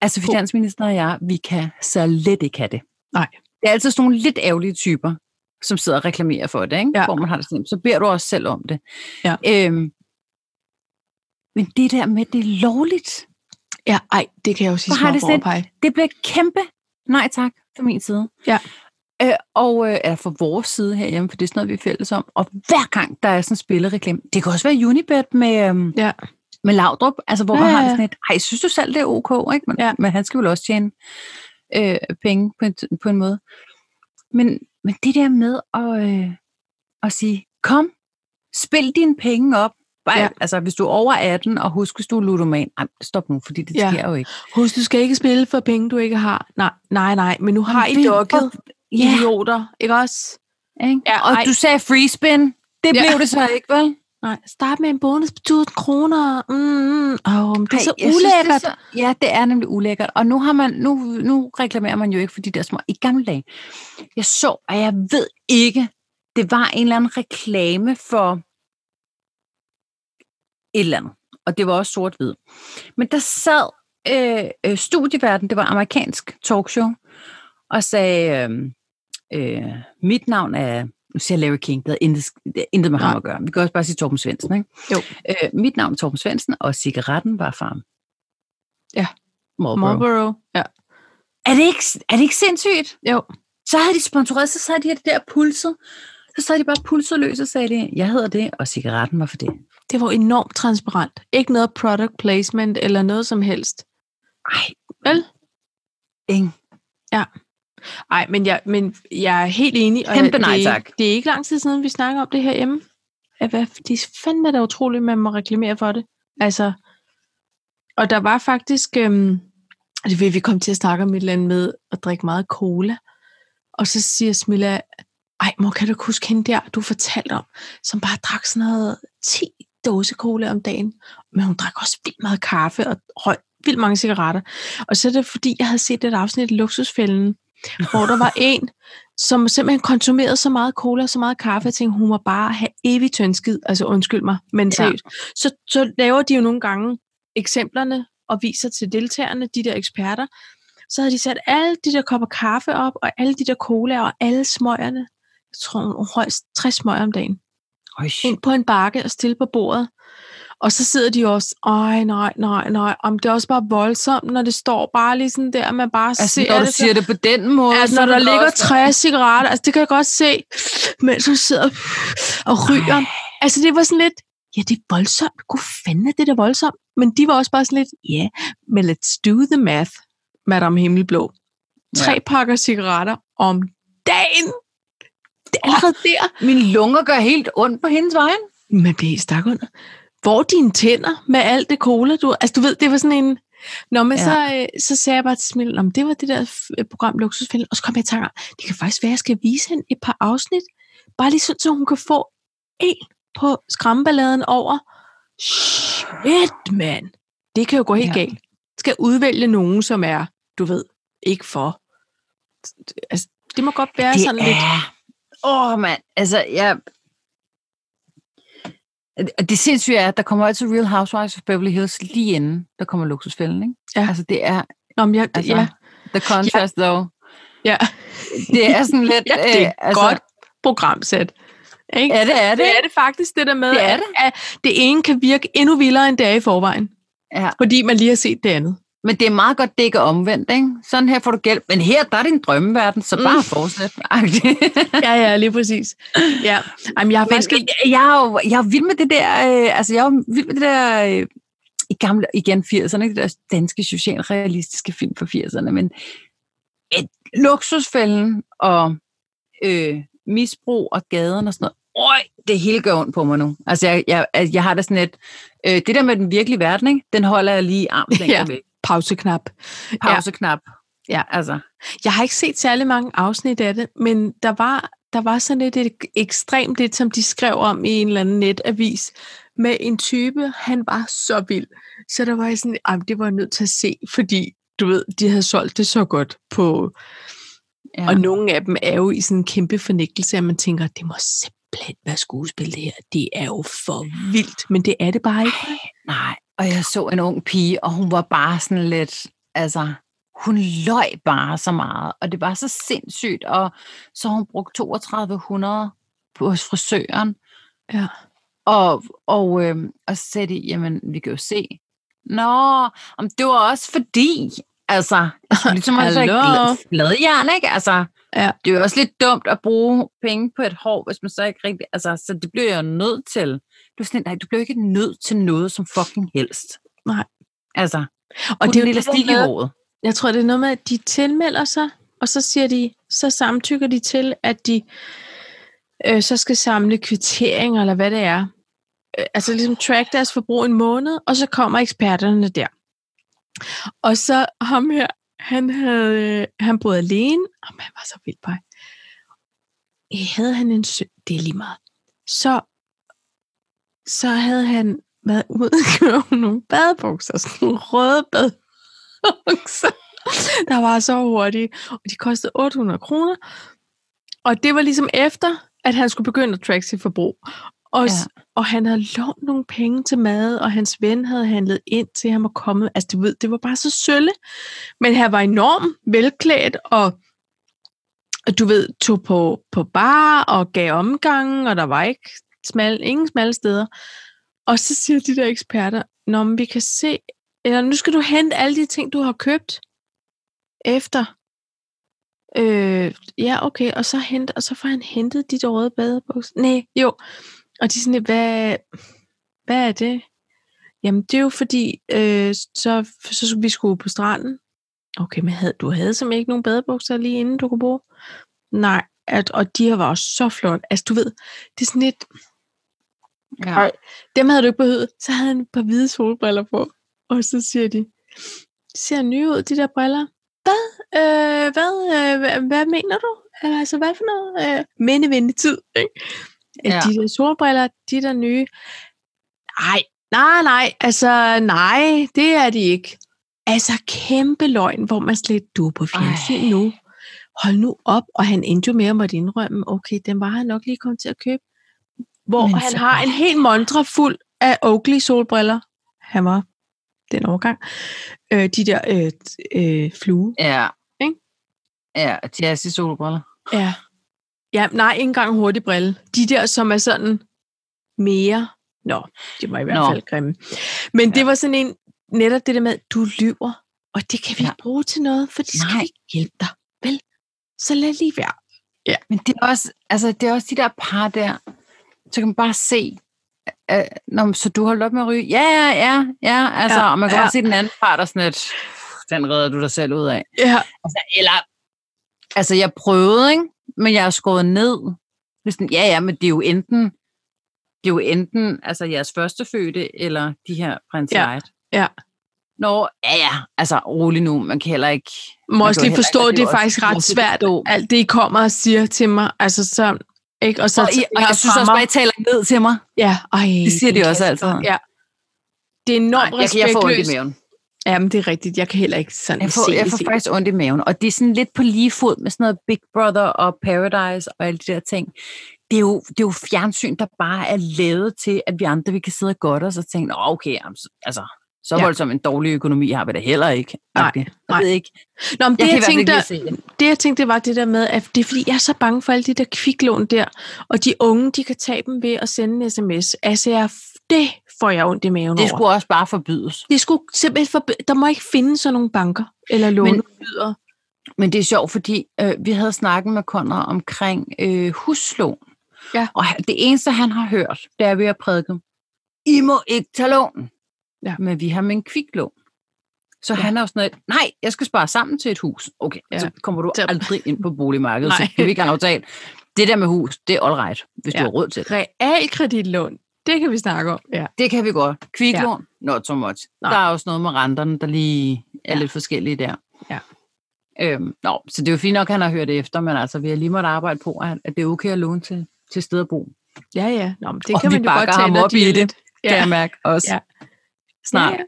A: Altså finansministeren og jeg, vi kan så let ikke have det.
B: Nej.
A: Det er altid sådan nogle lidt ærgerlige typer, som sidder og reklamerer for det, ikke?
B: Ja.
A: hvor man har det sådan, så beder du også selv om det.
B: Ja.
A: Øhm, men det der med, det er lovligt,
B: Ja, ej, det kan jeg jo sige
A: Hvor har det
B: små
A: sådan- det bliver et kæmpe nej tak fra min side.
B: Ja.
A: Øh, og øh, eller fra vores side herhjemme, for det er sådan noget, vi er fælles om. Og hver gang, der er sådan en spillereklame, det kan også være Unibet med, øhm,
B: Ja.
A: med Laudrup, altså hvor
B: Ja,
A: ja, man
B: ja,
A: har det
B: ja.
A: sådan et, ej, synes du selv, det er ok, ikke? Men,
B: Ja.
A: ja. men han skal vel også tjene øh, penge på en, på en måde. Men, men det der med at, øh, at sige, kom, spil dine penge op. Bare,
B: Ja.
A: ja. Altså, hvis du er over 18, og husk, hvis du er ludoman, ej, stop nu, fordi det
B: Ja.
A: ja. sker jo ikke.
B: Husk, du skal ikke spille for penge, du ikke har. Nej, nej, nej, men nu har I
A: Det er
B: dukket
A: Ja,
B: idioter, ikke også?
A: Ikke?
B: Ja,
A: Ja, og
B: ej.
A: du sagde free spin. Det
B: Ja.
A: blev det så ikke, vel?
B: Nej, start med en bonus på 1000 kroner. Mm, oh, det er så
A: Ej, jeg synes, det er
B: ulækkert.
A: så- Ja, det er nemlig ulækkert. Og nu, har man, nu, nu reklamerer man jo ikke for de der små. I gamle dage, jeg så, og jeg ved ikke, det var en eller anden reklame for et eller andet. Og det var også sort-hvid. Men der sad øh, øh, Studieverden, det var amerikansk talkshow, og sagde, øh, øh, mit navn er, nu siger jeg Larry King, det havde intet, det havde intet med
B: Nej.
A: ham at gøre. Vi kan også bare sige Torben Svendsen, ikke?
B: Jo.
A: Øh, mit navn er Torben Svendsen, og cigaretten var farm.
B: Ja.
A: Marlboro.
B: Marlboro. Ja.
A: Er, det ikke, er det ikke sindssygt?
B: Jo.
A: Så havde de sponsoreret, så sad de her det der pulset. Så sad de bare pulset løs og sagde, de, jeg hedder det, og cigaretten var for det.
B: Det var enormt transparent. Ikke noget product placement eller noget som helst.
A: Ej.
B: Vel?
A: Ingen.
B: Nej, men jeg, men jeg er helt enig. Og
A: Kæmpe
B: jeg,
A: nej
B: det, er ikke-
A: tak.
B: Det er ikke lang tid siden, vi snakker om det her hjemme. At hvad, de er fandme da utroligt, man må reklamere for det. Altså, og der var faktisk, øhm, det vil vi komme til at snakke om et eller andet med, at drikke meget cola. Og så siger Smilla, ej mor, kan du ikke huske hende der, du fortalte om, som bare drak sådan noget 10 dåse cola om dagen. Men hun drak også vildt meget kaffe og røg vildt mange cigaretter. Og så er det fordi, jeg havde set et afsnit i Luksusfælden, hvor der
A: *laughs*
B: var en, som simpelthen konsumerede så meget cola og så meget kaffe, jeg tænkte, hun må bare have evig tyndskid. Altså undskyld mig, men
A: Ja.
B: seriøst. Så, så laver de jo nogle gange eksemplerne og viser til deltagerne, de der eksperter, så havde de sat alle de der kopper kaffe op, og alle de der cola, og alle smøgerne, jeg tror hun højst 60 smøger om dagen,
A: Øj,
B: ind på en bakke og stille på bordet. Og så sidder de også, ej nej, nej, nej, om det er også bare voldsomt, når det står bare lige sådan der, man bare
A: altså,
B: ser
A: når du
B: det. så-
A: siger det på den måde,
B: Altså,
A: så
B: når
A: er
B: der
A: det da
B: ligger
A: også-
B: 60 cigaretter, altså det kan jeg godt se, mens hun sidder og ryger.
A: Ej.
B: Altså det var sådan lidt, ja det er voldsomt, god fanden er det der voldsomt. Men de var også bare sådan lidt, ja, yeah, men let's do the math, Madame Himmelblå. Tre ja. pakker cigaretter om dagen. Det er allerede der.
A: Mine lunger gør helt ondt på hendes vejen.
B: Man bliver helt stak under. Hvor er dine tænder med alt det cola, du... Altså, du ved, det var sådan en... Nå, men ja.
A: Ja.
B: så, øh, så sagde jeg bare til Smil, om det var det der f- program Luksusfælden, og så kom jeg i tanke om, det kan faktisk være, at jeg skal vise hende et par afsnit, bare lige sådan, så hun kan få en på skramballaden over. Shit, mand! Det kan jo gå helt ja.
A: Ja.
B: galt. Skal udvælge nogen, som er, du ved, ikke for... Altså, det må godt være
A: det
B: sådan
A: er...
B: lidt...
A: Åh, oh, mand. Altså, jeg... Og Det sindssyge er, at der kommer altid Real Housewives of Beverly Hills lige inden der kommer luksusfælden, ikke?
B: Ja.
A: Altså, det er...
B: Nå, men jeg, altså,
A: Altså,
B: ja,
A: The contrast, ja. though.
B: ja.
A: Det er sådan lidt...
B: *laughs* ja, det er
A: øh,
B: et altså, godt programsæt. Ikke?
A: Ja, det er det.
B: det er det faktisk, det der med,
A: Det er
B: at, at det ene kan virke endnu vildere, end det er i forvejen.
A: Ja.
B: Fordi man lige har set det
A: *laughs*
B: andet.
A: Men det er meget godt, det ikke er omvendt, ikke? Sådan her får du gæld. Men her, der er din drømmeverden, så bare
B: Mm.
A: mm. fortsæt. *laughs* Agtigt.
B: Ja, ja, lige præcis. Ja. Jamen, jeg har
A: Men
B: faktisk ikke...
A: jeg- jeg, er jo, jeg er jo vild med det der, øh, altså jeg er jo vild med det der, øh, i gamle, igen 80'erne, ikke? det der danske socialrealistiske film fra 80'erne, men et, øh, luksusfælden og øh, misbrug og gaden og sådan noget. Øj, det hele gør ondt på mig nu. Altså, jeg, jeg, altså, jeg har da sådan et... Øh, det der med den virkelige verden, ikke? den holder jeg lige armslængde
B: Ja.
A: ja. væk.
B: Pauseknap.
A: Pauseknap.
B: Ja.
A: altså.
B: Jeg har ikke set særlig mange afsnit af det, men der var, der var sådan lidt et ekstremt lidt, som de skrev om i en eller anden netavis, med en type, han var så vild. Så der var jeg sådan, "Ej, men det var jeg nødt til at se, fordi du ved, de havde solgt det så godt på... Ja.
A: Ja.
B: Og nogle af dem er jo i sådan en kæmpe fornægtelse, at man tænker, det må simpelthen være skuespil det her. Det er jo for vildt, men det er det bare ikke.
A: Nej, og jeg så en ung pige, og hun var bare sådan lidt, altså, hun løj bare så meget, og det var så sindssygt, og så har hun brugt 3200 på- hos frisøren,
B: Ja.
A: og, og, øh, og så sagde de, jamen, vi kan jo se. Nå, om det var også fordi,
B: *laughs*
A: altså, ligesom at
B: Hallo?
A: så fladjern, ikke? Altså,
B: Ja.
A: det er jo også lidt dumt at bruge penge på et hår, hvis man så ikke rigtig, altså, så det bliver jeg jo nødt til. Du er sådan, nej, du bliver ikke nødt til noget som fucking helst.
B: Nej.
A: Altså,
B: Og det er jo
A: lille
B: det der
A: stik i
B: med-
A: håret.
B: Jeg tror, det er noget med, at de tilmelder sig, og så siger de, så samtykker de til, at de øh, så skal samle kvitteringer, eller hvad det er. Øh, altså ligesom track deres forbrug en måned, og så kommer eksperterne der. Og så ham her, han havde, øh, han boede alene, og man var så vildt bare. Havde han en sø, det er lige meget. Så, så havde han været ude og købe nogle badebukser, sådan nogle røde bad, bukser, *laughs* der var så hurtige. Og de kostede 800 kroner. Og det var ligesom efter, at han skulle begynde at track sit forbrug. Og, ja. og han havde lånt nogle penge til mad, og hans ven havde handlet ind til ham og kommet. Altså, du ved, det var bare så sølle. Men han var enormt velklædt, og og du ved, tog på, på bar og gav omgangen, og der var ikke smal, ingen smalle steder. Og så siger de der eksperter, Nå, men vi kan se, eller nu skal du hente alle de ting, du har købt efter. Øh, ja, okay, og så, hent, og så får han hentet dit røde badebukser. Nej, jo. Og de er sådan, lidt, hvad, hvad er det? Jamen, det er jo fordi, øh, så, så skulle vi skulle på stranden. Okay, men havde, du havde simpelthen ikke nogen badebukser lige inden du kunne bruge? Nej, at, og de her var også så flotte. Altså, du ved, det er sådan lidt,
A: Ja.
B: Ej. dem havde du ikke behøvet. Så havde han et par hvide solbriller på. Og så siger de, "De ser nye ud, de der briller. Hvad? Øh, hvad, øh, hvad, hvad mener du? Øh, Altså, hvad for noget? Øh, mindevenlig tid, ikke? Ja.
A: Ja.
B: De der solbriller, de der nye. Nej, nej, nej, altså, nej, det er de ikke. Altså, kæmpe løgn, hvor man slet, du er på fjernsyn
A: Ej.
B: nu. Hold nu op, og han endte jo med at måtte indrømme, okay, den var han nok lige kommet til at købe. Hvor Men
A: Men
B: han
A: så-
B: har en hel montre fuld af Oakley solbriller. Han var den overgang. Øh, de der øh, øh, flue.
A: Ja.
B: Ikke?
A: Ja, jazz i solbriller.
B: Ja. ja. Nej, ikke engang hurtig brille. De der, som er sådan mere... Nå, det var i hvert
A: Nå.
B: fald grimme. Men ja.
A: Ja.
B: det var sådan en... Netop det der med, du lyver, og det kan vi
A: Ja.
B: ikke bruge til noget, for det skal
A: Nej.
B: vi ikke hjælpe dig. Vel, så lad lige være.
A: Men det er også, altså, det er også de der par der, så kan man bare se, øh, når, man- så du holdt op med at ryge. Ja, ja, ja, ja. Altså,
B: Ja,
A: ja, og man kan
B: ja.
A: ja. også se den anden part og sådan lidt, den redder du dig selv ud af.
B: Ja,
A: Altså, eller, altså jeg prøvede, ikke? men jeg er skåret ned. Det er Sådan, ja, ja, men det er jo enten, det er jo enten altså jeres førstefødte, eller de her prins
B: Ja,
A: Light.
B: ja.
A: Nå, ja, ja, altså rolig nu, man kan heller ikke...
B: må
A: Man
B: også
A: kan jo
B: lige
A: heller
B: forstå,
A: ikke-
B: at det er
A: også
B: faktisk ret
A: forstå-
B: svært, alt det, I kommer og siger til mig. Altså så, ikke? Og, så,
A: Og, I, og jeg synes også bare, I taler ned til mig.
B: Ja, ej,
A: Det siger de
B: kan
A: også
B: jeg
A: altid.
B: godt. Ja. Det er enormt
A: jeg, jeg får ondt
B: respektløst.
A: i maven.
B: Jamen, det er rigtigt. Jeg kan heller ikke sådan
A: Jeg får,
B: se
A: jeg
B: det
A: får
B: selv.
A: faktisk ondt i maven. Og det er sådan lidt på lige fod med sådan noget Big Brother og Paradise og alle de der ting. Det er, jo, det er jo fjernsyn, der bare er lavet til, at vi andre vi kan sidde og godt os og tænke, Nå, okay, jamen, så- altså, så
B: Ja.
A: ja. voldsom en dårlig økonomi har vi da heller ikke.
B: Nej,
A: agtigt.
B: nej.
A: Jeg ved ikke.
B: Nå, men
A: Jeg
B: det,
A: kan i
B: jeg
A: hvert fald
B: tænkte,
A: ikke lige se det.
B: det, jeg tænkte, det var det der med, at det er fordi, jeg er så bange for alle de der kviklån der, og de unge, de kan tage dem ved at sende en sms. Altså, jeg, det får jeg ondt i maven
A: Det
B: over.
A: skulle også bare forbydes.
B: Det skulle simpelthen for, Der må ikke finde sådan nogle banker eller låneudbydere.
A: Men det er sjovt, fordi øh, vi havde snakket med Conrad omkring øh, huslån.
B: Ja.
A: Og han- det eneste, han har hørt, det er, at vi har prædiket, I må ikke tage lån.
B: Ja.
A: Men vi har med en kviklån. Så ja. han er jo sådan noget, nej, jeg skal spare sammen til et hus. Okay, ja.
B: Ja.
A: så kommer du
B: Så-
A: aldrig ind på boligmarkedet, så
B: Nej.
A: det er vi ikke aftalt. Det der med hus, det er all right, hvis ja.
B: Ja.
A: du har råd til det.
B: Realkreditlån, det kan vi snakke om. Ja.
A: Det kan vi godt. Kviklån, ja. not so much. Nej.
B: Nej.
A: Der er også noget med renterne, der lige er ja.
B: Ja.
A: lidt forskellige der.
B: Ja.
A: Øhm, nå, så det er jo fint nok, at han har hørt efter, men altså, vi har lige måttet arbejde på, at at det er okay at låne til, til sted at bo.
B: Ja, ja. Nå, men det
A: Og
B: kan
A: vi
B: man jo
A: bakker
B: godt tage,
A: ham
B: når
A: op
B: de
A: i
B: er
A: det.
B: lidt-
A: Ja. Kan jeg mærke også. Ja.
B: Ja.
A: Snart.
B: Ja,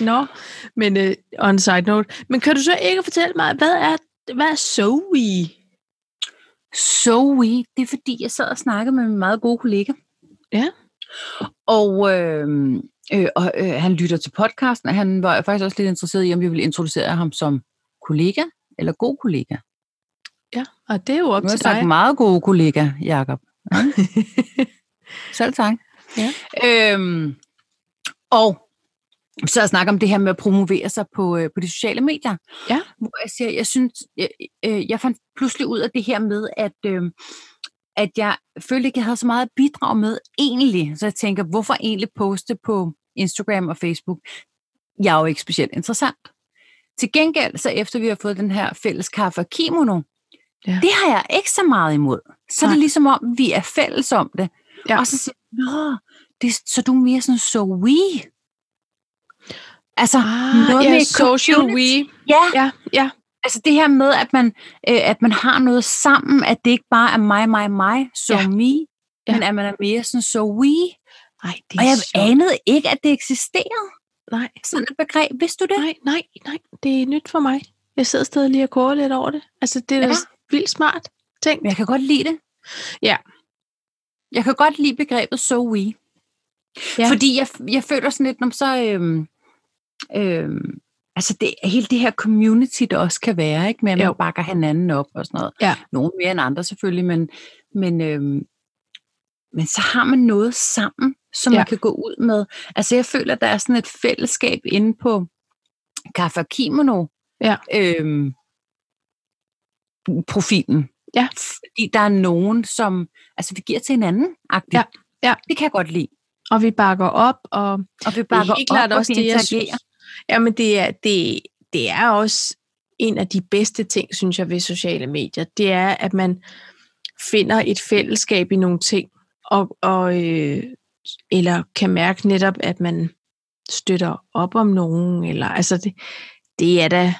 B: ja. Nå, men øh, on side note. Men kan du så ikke fortælle mig, hvad er, hvad er Zoe?
A: Zoe, det er fordi, jeg sad og snakkede med min meget gode kollega.
B: Ja.
A: Og, øh, øh, og øh, han lytter til podcasten, og han var faktisk også lidt interesseret i, om vi ville introducere ham som kollega eller god kollega.
B: Ja, og det er jo op
A: Nu har jeg
B: til
A: sagt
B: dig.
A: meget gode kollega,
B: *laughs*
A: Jacob. Selv tak.
B: Ja.
A: Øhm, og så at snakke om det her med at promovere sig på, øh, på de sociale medier.
B: Ja.
A: Hvor jeg siger, jeg synes, jeg, øh, jeg fandt pludselig ud af det her med, at, øh, at jeg følte ikke, jeg havde så meget at bidrage med egentlig. Så jeg tænker, hvorfor egentlig poste på Instagram og Facebook? Jeg er jo ikke specielt interessant. Til gengæld, så efter vi har fået den her fælles kaffe og kimono,
B: Ja.
A: det har jeg ikke så meget imod. Så er det
B: Nej.
A: ligesom om, vi er fælles om det.
B: Ja.
A: Og så siger jeg, Nå, det, er- så du er mere sådan so we. Altså, noget
B: ja,
A: med
B: social we.
A: community. ja,
B: Ah, Ja, ja.
A: altså det her med, at man, øh, at man har noget sammen, at det ikke bare er mig, mig, mig, so ja.
B: Ja.
A: me,
B: Ja.
A: men at man er mere sådan so we.
B: Ej, det
A: Og jeg
B: sjovt.
A: anede ikke, at det eksisterede,
B: Nej,
A: sådan et begreb. Vidste du det?
B: nej, nej, nej. Det er nyt for mig. Jeg sidder stadig lige og koger lidt over det. Altså, det er
A: Ja.
B: ja. vildt smart ting.
A: Men jeg kan godt lide det.
B: Ja.
A: Jeg kan godt lide begrebet so we. Ja.
B: Ja.
A: Fordi jeg, jeg føler sådan lidt, om så... Øhm, øhm, altså det, hele det her community, der også kan være, ikke? Med at man
B: Jo.
A: bakker hinanden op og sådan noget.
B: Ja.
A: Nogle mere end andre selvfølgelig, men, men, øhm, men så har man noget sammen, som ja.
B: Ja.
A: man kan gå ud med. Altså jeg føler, der er sådan et fællesskab inde på Kaffe og Kimono.
B: Ja.
A: Øhm, profilen.
B: Ja.
A: Fordi der er nogen, som altså, vi giver til hinanden. -agtigt.
B: Ja, ja.
A: Det kan jeg godt lide.
B: Og vi bakker op, og
A: Og vi bakker
B: helt klart
A: op,
B: også
A: og vi
B: det, jeg
A: interagerer.
B: synes. Jamen, det er, det, det er også en af de bedste ting, synes jeg, ved sociale medier. Det er, at man finder et fællesskab i nogle ting, og, og, øh, eller kan mærke netop, at man støtter op om nogen. Eller, altså det, det er da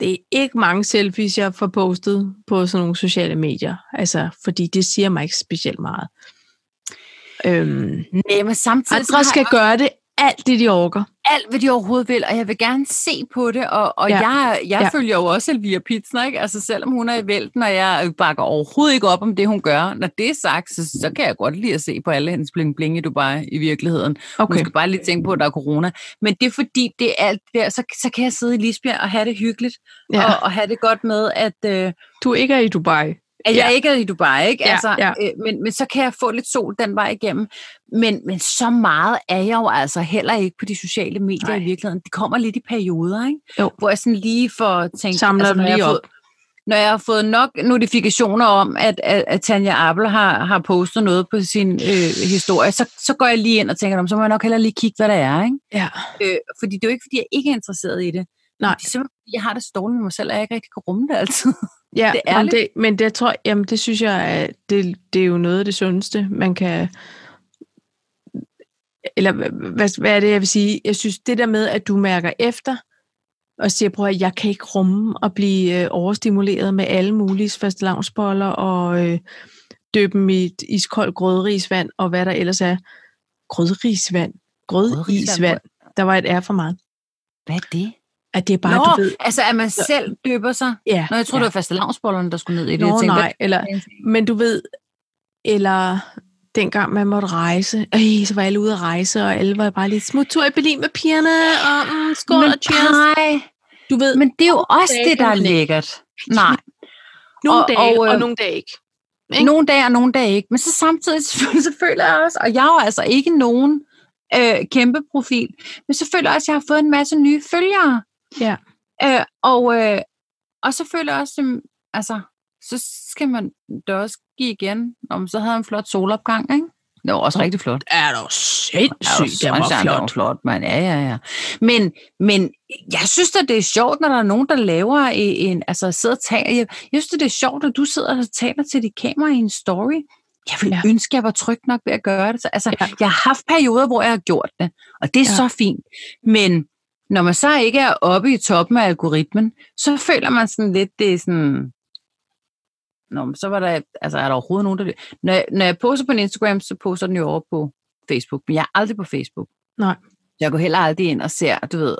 B: det er ikke mange selfies, jeg får postet på sådan nogle sociale medier. Altså, fordi det siger mig ikke specielt meget. Øhm,
A: Nej, men samtidig så har
B: andre
A: jeg
B: skal gøre det alt det, de orker.
A: alt, hvad de overhovedet vil, og jeg vil gerne se på det, og, og ja.
B: Ja.
A: jeg, jeg ja.
B: Ja.
A: følger jo også Elvira Pitsner, ikke? Altså selvom hun er i vælten, og jeg bakker overhovedet ikke op om det, hun gør, når det er sagt, så, så kan jeg godt lide at se på alle hendes bling bling i Dubai i virkeligheden. Okay. Man skal bare lige tænke på, at der er corona. Men det er fordi, det er alt der, så, så kan jeg sidde i Lisbjerg og have det hyggeligt, ja. og, og have det godt med, at... Øh,
B: Du ikke er i Dubai.
A: At jeg
B: Ja.
A: ikke er i Dubai, ikke?
B: Ja,
A: altså,
B: ja.
A: Øh, men, men så kan jeg få lidt sol den vej igennem. Men, men så meget er jeg jo altså heller ikke på de sociale medier Nej.
B: Nej.
A: i virkeligheden. Det kommer lidt i perioder, ikke?
B: Jo.
A: Hvor jeg sådan lige får tænkt...
B: Samler
A: altså,
B: dem
A: når jeg
B: lige
A: har
B: op.
A: fået- Når jeg har fået nok notifikationer om, at, at, at Tanja Appel har, har postet noget på sin øh, historie, så, så går jeg lige ind og tænker, "Nå, så må jeg nok heller lige kigge, hvad der er. Ikke?
B: Ja.
A: Øh, fordi det er jo ikke, fordi jeg ikke er interesseret i det.
B: Nej.
A: Det er simpelthen, fordi jeg har det så dårligt med mig selv, at jeg ikke rigtig kan rumme det altid.
B: Ja,
A: Det
B: det
A: er
B: er men,
A: lidt-
B: det, men det tror jamen det synes jeg, er- det, det er jo noget af det sundeste, man kan... Eller hva- hvad, hvad er det, jeg vil sige? Jeg synes, det der med, at du mærker efter, og siger, prøv at jeg kan ikke rumme at blive øh, overstimuleret med alle mulige fastelavnsboller og øh, døbe dem i et iskoldt grødrisvand, og hvad der ellers er. Grødrisvand. Grødisvand. Der var et R for meget.
A: Hvad er det?
B: At det er bare,
A: Bare,
B: du
A: Nå,
B: ved,
A: ved. altså at man selv dypper sig.
B: Ja.
A: Nå, jeg troede, ja.
B: ja.
A: det var fastelavnsbollerne, der skulle ned i det.
B: Nå,
A: jeg tænkte,
B: nej, eller,
A: Hvad?
B: men du ved, eller dengang man måtte rejse, øh, så var alle ude at rejse, og alle var bare lidt smuttur i Berlin med pigerne, og mm, skål
A: Men,
B: og cheers.
A: nej,
B: Du ved,
A: men det er jo også
B: dage
A: det, der
B: kan
A: er
B: man
A: lækkert. Nej,
B: nogle
A: og-
B: dage,
A: og,
B: og,
A: øh,
B: nogle dage ikke.
A: ikke? nogle dage og nogle dage ikke. Men så samtidig så *laughs* føler jeg også, og jeg er jo altså ikke nogen øh, kæmpe profil, men så føler jeg også, at jeg har fået en masse nye følgere.
B: Ja.
A: Øh, og, øh, og så føler jeg også, at, altså, så skal man da også give igen, om så havde jeg en flot solopgang, ikke? Det var også rigtig flot.
B: Er du sindssygt, det var
A: Det var
B: flot.
A: flot, mand. Ja, ja, ja. Men, men jeg synes da, det er sjovt, når der er nogen, der laver en... Altså, sidder og taler. Jeg, jeg synes da, det er sjovt, at du sidder og taler til dit kamera i en story. Jeg ville
B: Ja.
A: ja. ønske, jeg var tryg nok ved at gøre det. Så, altså,
B: Ja.
A: ja. jeg har haft perioder, hvor jeg har gjort det, og det er
B: Ja.
A: ja. så fint. Men når man så ikke er oppe i toppen af algoritmen, så føler man sådan lidt, det er sådan... Nå, men så var der... Altså, er der overhovedet nogen, der... Når jeg, når jeg poster på en Instagram, så poster den jo over på Facebook, men jeg er aldrig på Facebook.
B: Nej.
A: Jeg går heller aldrig ind og ser, du ved,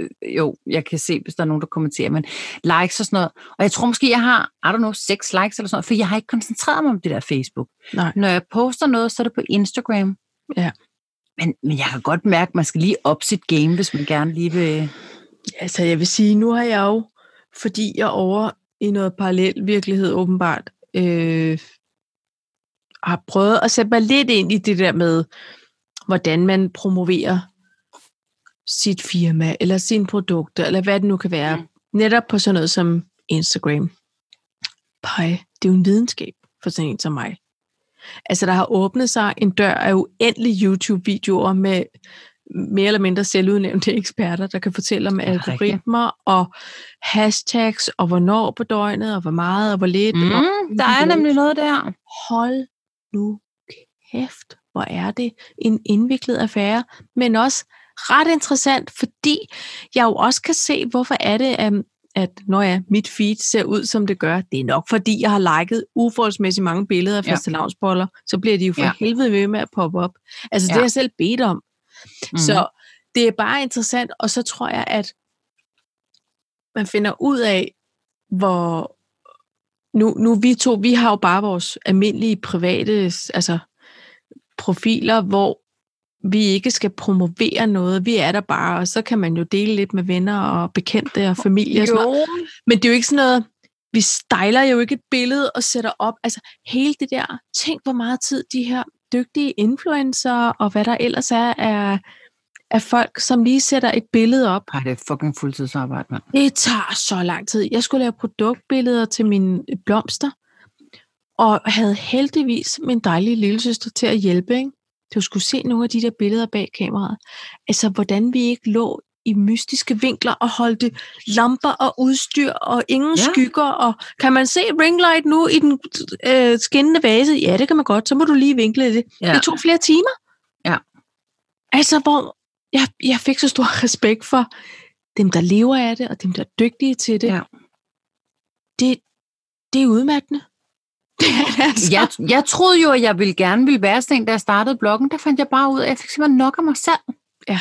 A: øh, jo, jeg kan se, hvis der er nogen, der kommenterer, men likes og sådan noget. Og jeg tror måske, jeg har, I don't know, seks likes eller sådan noget, for jeg har ikke koncentreret mig om det der Facebook.
B: Nej.
A: Når jeg poster noget, så er det på Instagram.
B: Ja.
A: Men, men jeg kan godt mærke, at man skal lige op sit game, hvis man gerne lige vil...
B: Altså, jeg vil sige, nu har jeg jo, fordi jeg er over i noget parallel virkelighed åbenbart, øh, har prøvet at sætte mig lidt ind i det der med, hvordan man promoverer sit firma, eller sine produkter, eller hvad det nu kan være. Mm. Netop på sådan noget som Instagram. Pej, det er jo en videnskab for sådan en som mig. Altså, der har åbnet sig en dør af uendelige YouTube-videoer med mere eller mindre selvudnævnte *laughs* eksperter, der kan fortælle om
A: Det er rigtigt.
B: algoritmer og hashtags, og hvornår på døgnet, og hvor meget, og hvor lidt, og
A: Mm, der er nemlig noget der.
B: hold nu kæft, hvor er det en indviklet affære, men også ret interessant, fordi jeg jo også kan se, hvorfor er det, at, at når ja, mit feed ser ud, som det gør, det er nok, fordi jeg har liket uforholdsmæssigt mange billeder af
A: Ja.
B: fastelavnsboller, så bliver de jo for ja.
A: Ja.
B: helvede ved med at poppe op. Altså, ja. det
A: Ja.
B: har jeg selv bedt om.
A: Mm.
B: Så det er bare interessant, og så tror jeg, at man finder ud af, hvor... Nu, nu vi to, vi har jo bare vores almindelige private altså, profiler, hvor vi ikke skal promovere noget. Vi er der bare, og så kan man jo dele lidt med venner og bekendte og familie. Og sådan noget.
A: jo,
B: Men det er jo ikke sådan noget, vi stejler jo ikke et billede og sætter op. Altså hele det der, tænk hvor meget tid de her dygtige influencer og hvad der ellers er af, af folk, som lige sætter et billede op.
A: Ej, det er fucking fuldtidsarbejde, mand.
B: Det tager så lang tid. Jeg skulle lave produktbilleder til mine blomster, og havde heldigvis min dejlige lille søster til at hjælpe. Ikke? Du skulle se nogle af de der billeder bag kameraet. Altså, hvordan vi ikke lå i mystiske vinkler og holdte lamper og udstyr og ingen ja.
A: Ja.
B: skygger. Og kan man se ringlight nu i den øh, skinnende vase? Ja, det kan man godt. Så må du lige vinkle det. Ja. Det tog flere timer.
A: Ja.
B: Altså, hvor jeg, jeg fik så stor *laughs* respekt for dem, der lever af det, og dem, der er dygtige til det.
A: Ja.
B: Det, det er udmattende. *laughs* Det er det altså.
A: jeg, jeg troede jo, at jeg ville gerne ville være sådan en, da jeg startede bloggen. Der fandt jeg bare ud af, at jeg fik simpelthen nok af mig selv.
B: Ja.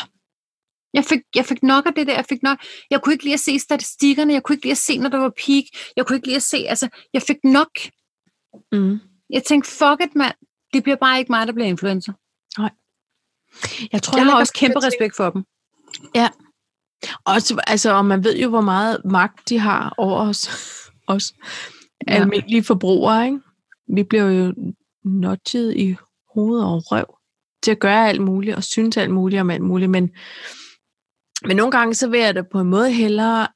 A: Jeg fik, jeg fik nok af det der. Jeg, fik nok, jeg kunne ikke lige at se statistikkerne. Jeg kunne ikke lige at se, når der var peak. Jeg kunne ikke lige at se... Altså, jeg fik nok.
B: Mm.
A: Jeg tænkte, fuck it, mand. Det bliver bare ikke mig, der bliver influencer.
B: Jeg tror,
A: Jeg har
B: heller ikke,
A: også
B: at-
A: kæmpe respekt for dem.
B: Også, altså, og man ved jo, hvor meget magt de har over os, *laughs* os ja.
A: Ja.
B: almindelige forbrugere. Ikke? Vi bliver jo notchet i hoved og røv til at gøre alt muligt og synes alt muligt om alt muligt. Men, men nogle gange så vil jeg da på en måde hellere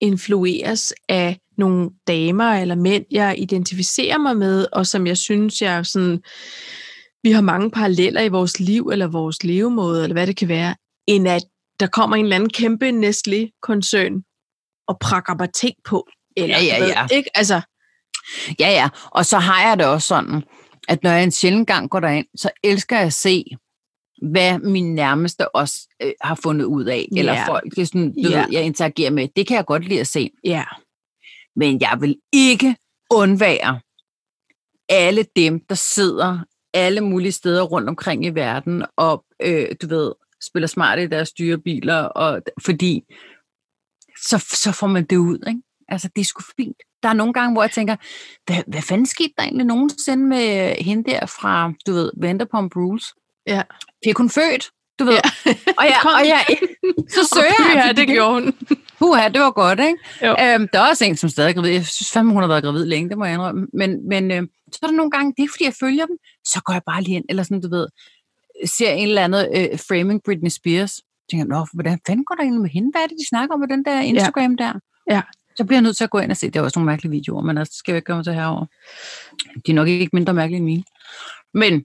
B: influeres af nogle damer eller mænd, jeg identificerer mig med, og som jeg synes, jeg sådan, vi har mange paralleller i vores liv, eller vores levemåde, eller hvad det kan være, end at der kommer en eller anden kæmpe Nestlé-koncern og prakker mig ting på. Eller,
A: Ja, ja,
B: du ved,
A: ja.
B: Ikke? Altså,
A: Ja, ja. Og så har jeg det også sådan, at når jeg en sjældent gang går derind, så elsker jeg at se, hvad min nærmeste også øh, har fundet ud af. Eller
B: Ja.
A: folk, det er sådan, du
B: Ja.
A: ved, jeg interagerer med. Det kan jeg godt lide at se.
B: ja.
A: Men jeg vil ikke undvære alle dem, der sidder alle mulige steder rundt omkring i verden og, øh, du ved, spiller smart i deres dyre biler, og, fordi så, så får man det ud, ikke? Altså, det er sgu fint. Der er nogle gange, hvor jeg tænker, hvad, hvad fanden skete der egentlig nogensinde med hende der fra, du ved, Vanderpump Rules?
B: Ja.
A: Fik hun født, du ved? Ja. Og, jeg,
B: *laughs* Kom.
A: og jeg, så søger jeg,
B: ja,
A: fordi
B: det gjorde hun.
A: Puha, det var godt, ikke?
B: Jo.
A: Øhm, der er også en, som stadig er gravid. Jeg synes fandme, hun har været gravid længe, det må jeg indrømme. Men, men øhm, så er der nogle gange, det er ikke fordi, jeg følger dem, så går jeg bare lige hen, eller sådan, du ved, ser en eller anden øh, framing Britney Spears. Tænker, jeg, nå, hvordan fanden går der egentlig med hende? Hvad er det, de snakker om på den der Instagram der?
B: Ja.
A: Så bliver jeg nødt til at gå ind og se. Det er også nogle mærkelige videoer, men altså, det skal jeg jo ikke gøre mig til herover. De er nok ikke mindre mærkelige end mine. Men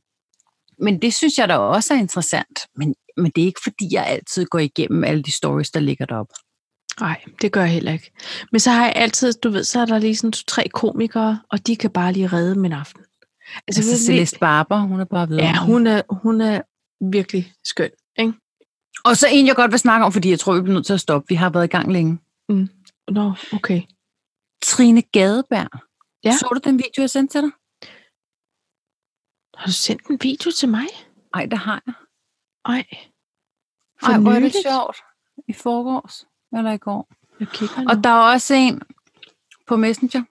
A: Men det synes jeg da også er interessant. Men, men det er ikke, fordi jeg altid går igennem alle de stories, der ligger deroppe.
B: Nej, det gør jeg heller ikke. Men så har jeg altid, du ved, så er der lige sådan to-tre komikere, og de kan bare lige redde min aften.
A: Altså,
B: ved
A: altså
B: du,
A: Celeste Barber, hun er bare videre.
B: Ja, hun er, hun er virkelig skøn. Ikke?
A: Og så en, jeg godt vil snakke om, fordi jeg tror, vi bliver nødt til at stoppe. Vi har været i gang længe.
B: Nå, okay.
A: Trine Gadeberg.
B: Ja.
A: Så du den video, jeg sendte til dig?
B: Har du sendt en video til mig?
A: Nej, det har jeg.
B: Nej.
A: Ej, hvor er det
B: nyligt?
A: sjovt. I forgårs, eller i går.
B: Jeg kigger
A: Mm. Og
B: nu.
A: der er også en på Messenger.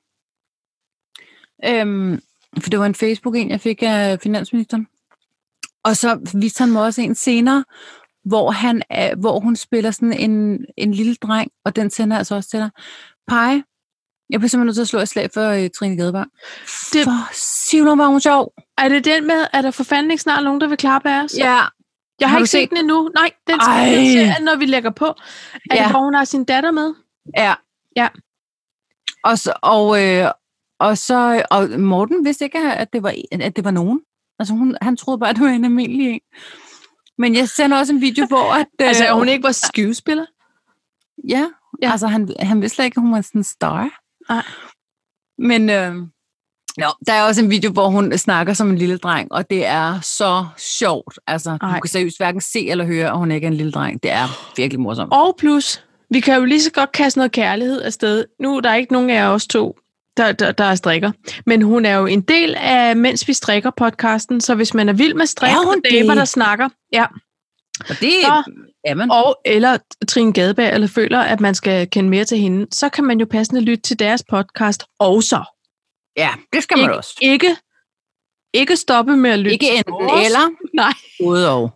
A: Øhm, for det var en Facebook-en, jeg fik af finansministeren. Og så viste han mig også en senere, hvor, han, er- hvor hun spiller sådan en, en lille dreng, og den sender jeg altså også til dig. Pege, jeg bliver simpelthen nødt til at slå et slag for øh, Trine Gadeberg. Det...
B: Det-
A: For Sivlund var hun sjov.
B: Er det den med, at der for fanden ikke snart nogen, der vil klappe af os?
A: Ja,
B: Jeg har,
A: Har du
B: ikke set
A: set-
B: den endnu. Nej, den skal
A: Ej.
B: jeg se, når vi lægger på. Er ja.
A: Ja.
B: det, hvor hun har sin datter med?
A: ja.
B: Ja.
A: Og så, og, øh, og så og Morten vidste ikke, at det var, at det var nogen. Altså, hun, han troede bare, at det var en almindelig en. Men jeg sender også en video, hvor... At, øh,
B: *laughs* Altså, er hun ikke vores skuespiller?
A: Ja,
B: Ja.
A: ja. altså han, han vidste slet ikke, at hun var sådan en star.
B: Nej.
A: Men øh, jo, der er også en video, hvor hun snakker som en lille dreng, og det er så sjovt. Altså,
B: Ej.
A: du kan seriøst hverken se eller høre, at hun ikke er en lille dreng. Det er virkelig morsomt.
B: Og plus, vi kan jo lige så godt kaste noget kærlighed afsted. Nu er der ikke nogen af os to, der, der, der er strikker. Men hun er jo en del af Mens Vi Strikker podcasten, så hvis man er vild med strik
A: Er
B: og
A: hun
B: damer,
A: det?
B: der snakker, ja,
A: Og det
B: Så-
A: er man.
B: og eller Trine Gadeberg, eller føler, at man skal kende mere til hende, så kan man jo passende lytte til deres podcast også.
A: Ja, det skal man også.
B: Ikke, ikke stoppe med at lytte
A: Ikke
B: til
A: enten
B: vores.
A: eller.
B: Nej.
A: Både og.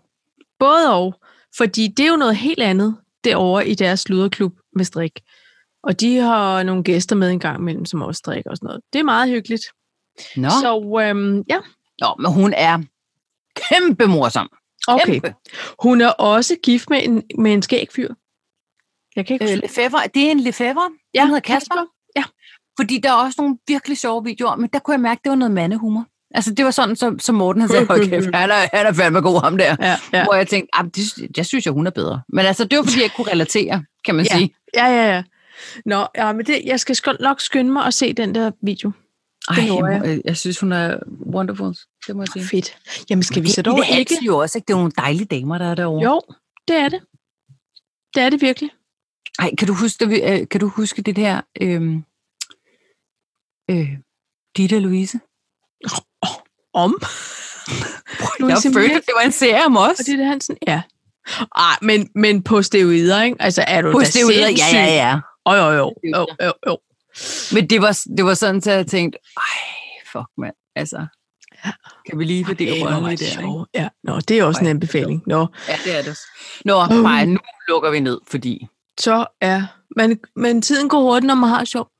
B: Både og. Fordi det er jo noget helt andet derovre i deres sluderklub med strik. Og de har nogle gæster med en gang imellem, som også strikker og sådan noget. Det er meget hyggeligt.
A: Nå.
B: Så øhm, ja,
A: Nå, men hun er kæmpe morsom.
B: okay.
A: Kæmpe.
B: Hun er også gift med en, med en skæg fyr. Jeg kan ikke
A: Øh,
B: huske-
A: Lefebvre, det er en Lefebvre,
B: Ja,
A: hedder Kasper. fordi der er også nogle virkelig sjove videoer, men der kunne jeg mærke, at det var noget mandehumor. Altså, det var sådan, som, som Morten han sagde, *laughs* okay, han er, han er fandme god ham der.
B: Ja,
A: Ja.
B: ja.
A: Hvor jeg tænkte, "Ah, men det, sy- jeg synes, at hun er bedre. Men altså, det var, fordi jeg ikke kunne relatere, kan man sige.
B: ja, ja, ja. Nå, ja, men det, jeg skal sku- nok skynde mig at se den der video.
A: Ej,
B: Det lover jeg.
A: jeg. øh, jeg synes, hun er wonderful. Det må jeg sige.
B: Fedt. Jamen, skal vi så dog
A: det er
B: ikke?
A: altid jo også, ikke? Det er nogle dejlige damer, der er derovre.
B: Jo, det er det. Det er det virkelig.
A: Ej, kan du huske, da vi, øh, kan du huske det der... Øh, øh, Dita Louise?
B: Om.
A: Jeg
B: Louise
A: følte,
B: Mieck.
A: at det var en serie om os.
B: Og det er det, Hansen? Ja. Ah, men, men på steroider, ikke? Altså, er du
A: På stedet, ja, ja, ja.
B: Jo, jo, jo. jo, jo, jo.
A: Men det var, det var sådan, at jeg tænkte, ej, fuck mand, altså.
B: Ja.
A: Kan vi lige fordele
B: Ej, hvor var
A: rollerne
B: det
A: der? Ikke?
B: sjovt. Ja, nå, det er også en
A: Ej,
B: anbefaling. Nå,
A: Ja, det er det. Nå,
B: Uh.
A: Maja, nu lukker vi ned, fordi...
B: så er... Men, men tiden går hurtigt, når man har sjov.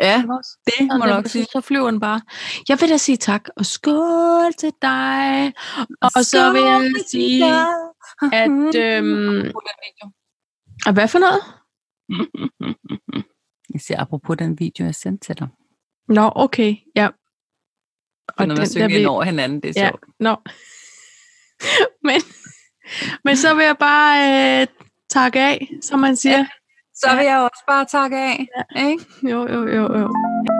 A: Ja, det må jeg nok sige.
B: Så flyver den bare. Jeg vil da sige tak, og skål til dig. Og, og så vil jeg sige,
A: Mhm.
B: at... Øhm, og hvad for noget?
A: *laughs* Jeg siger apropos den video, jeg sendte til dig.
B: Nå, okay. Ja.
A: Og når man synger ind over hinanden, det er
B: Ja.
A: sjovt.
B: Nå. *laughs* men, men så vil jeg bare øh, takke af, som man siger.
A: Så vil jeg også bare takke af. Ikke?
B: Jo, jo, jo, jo.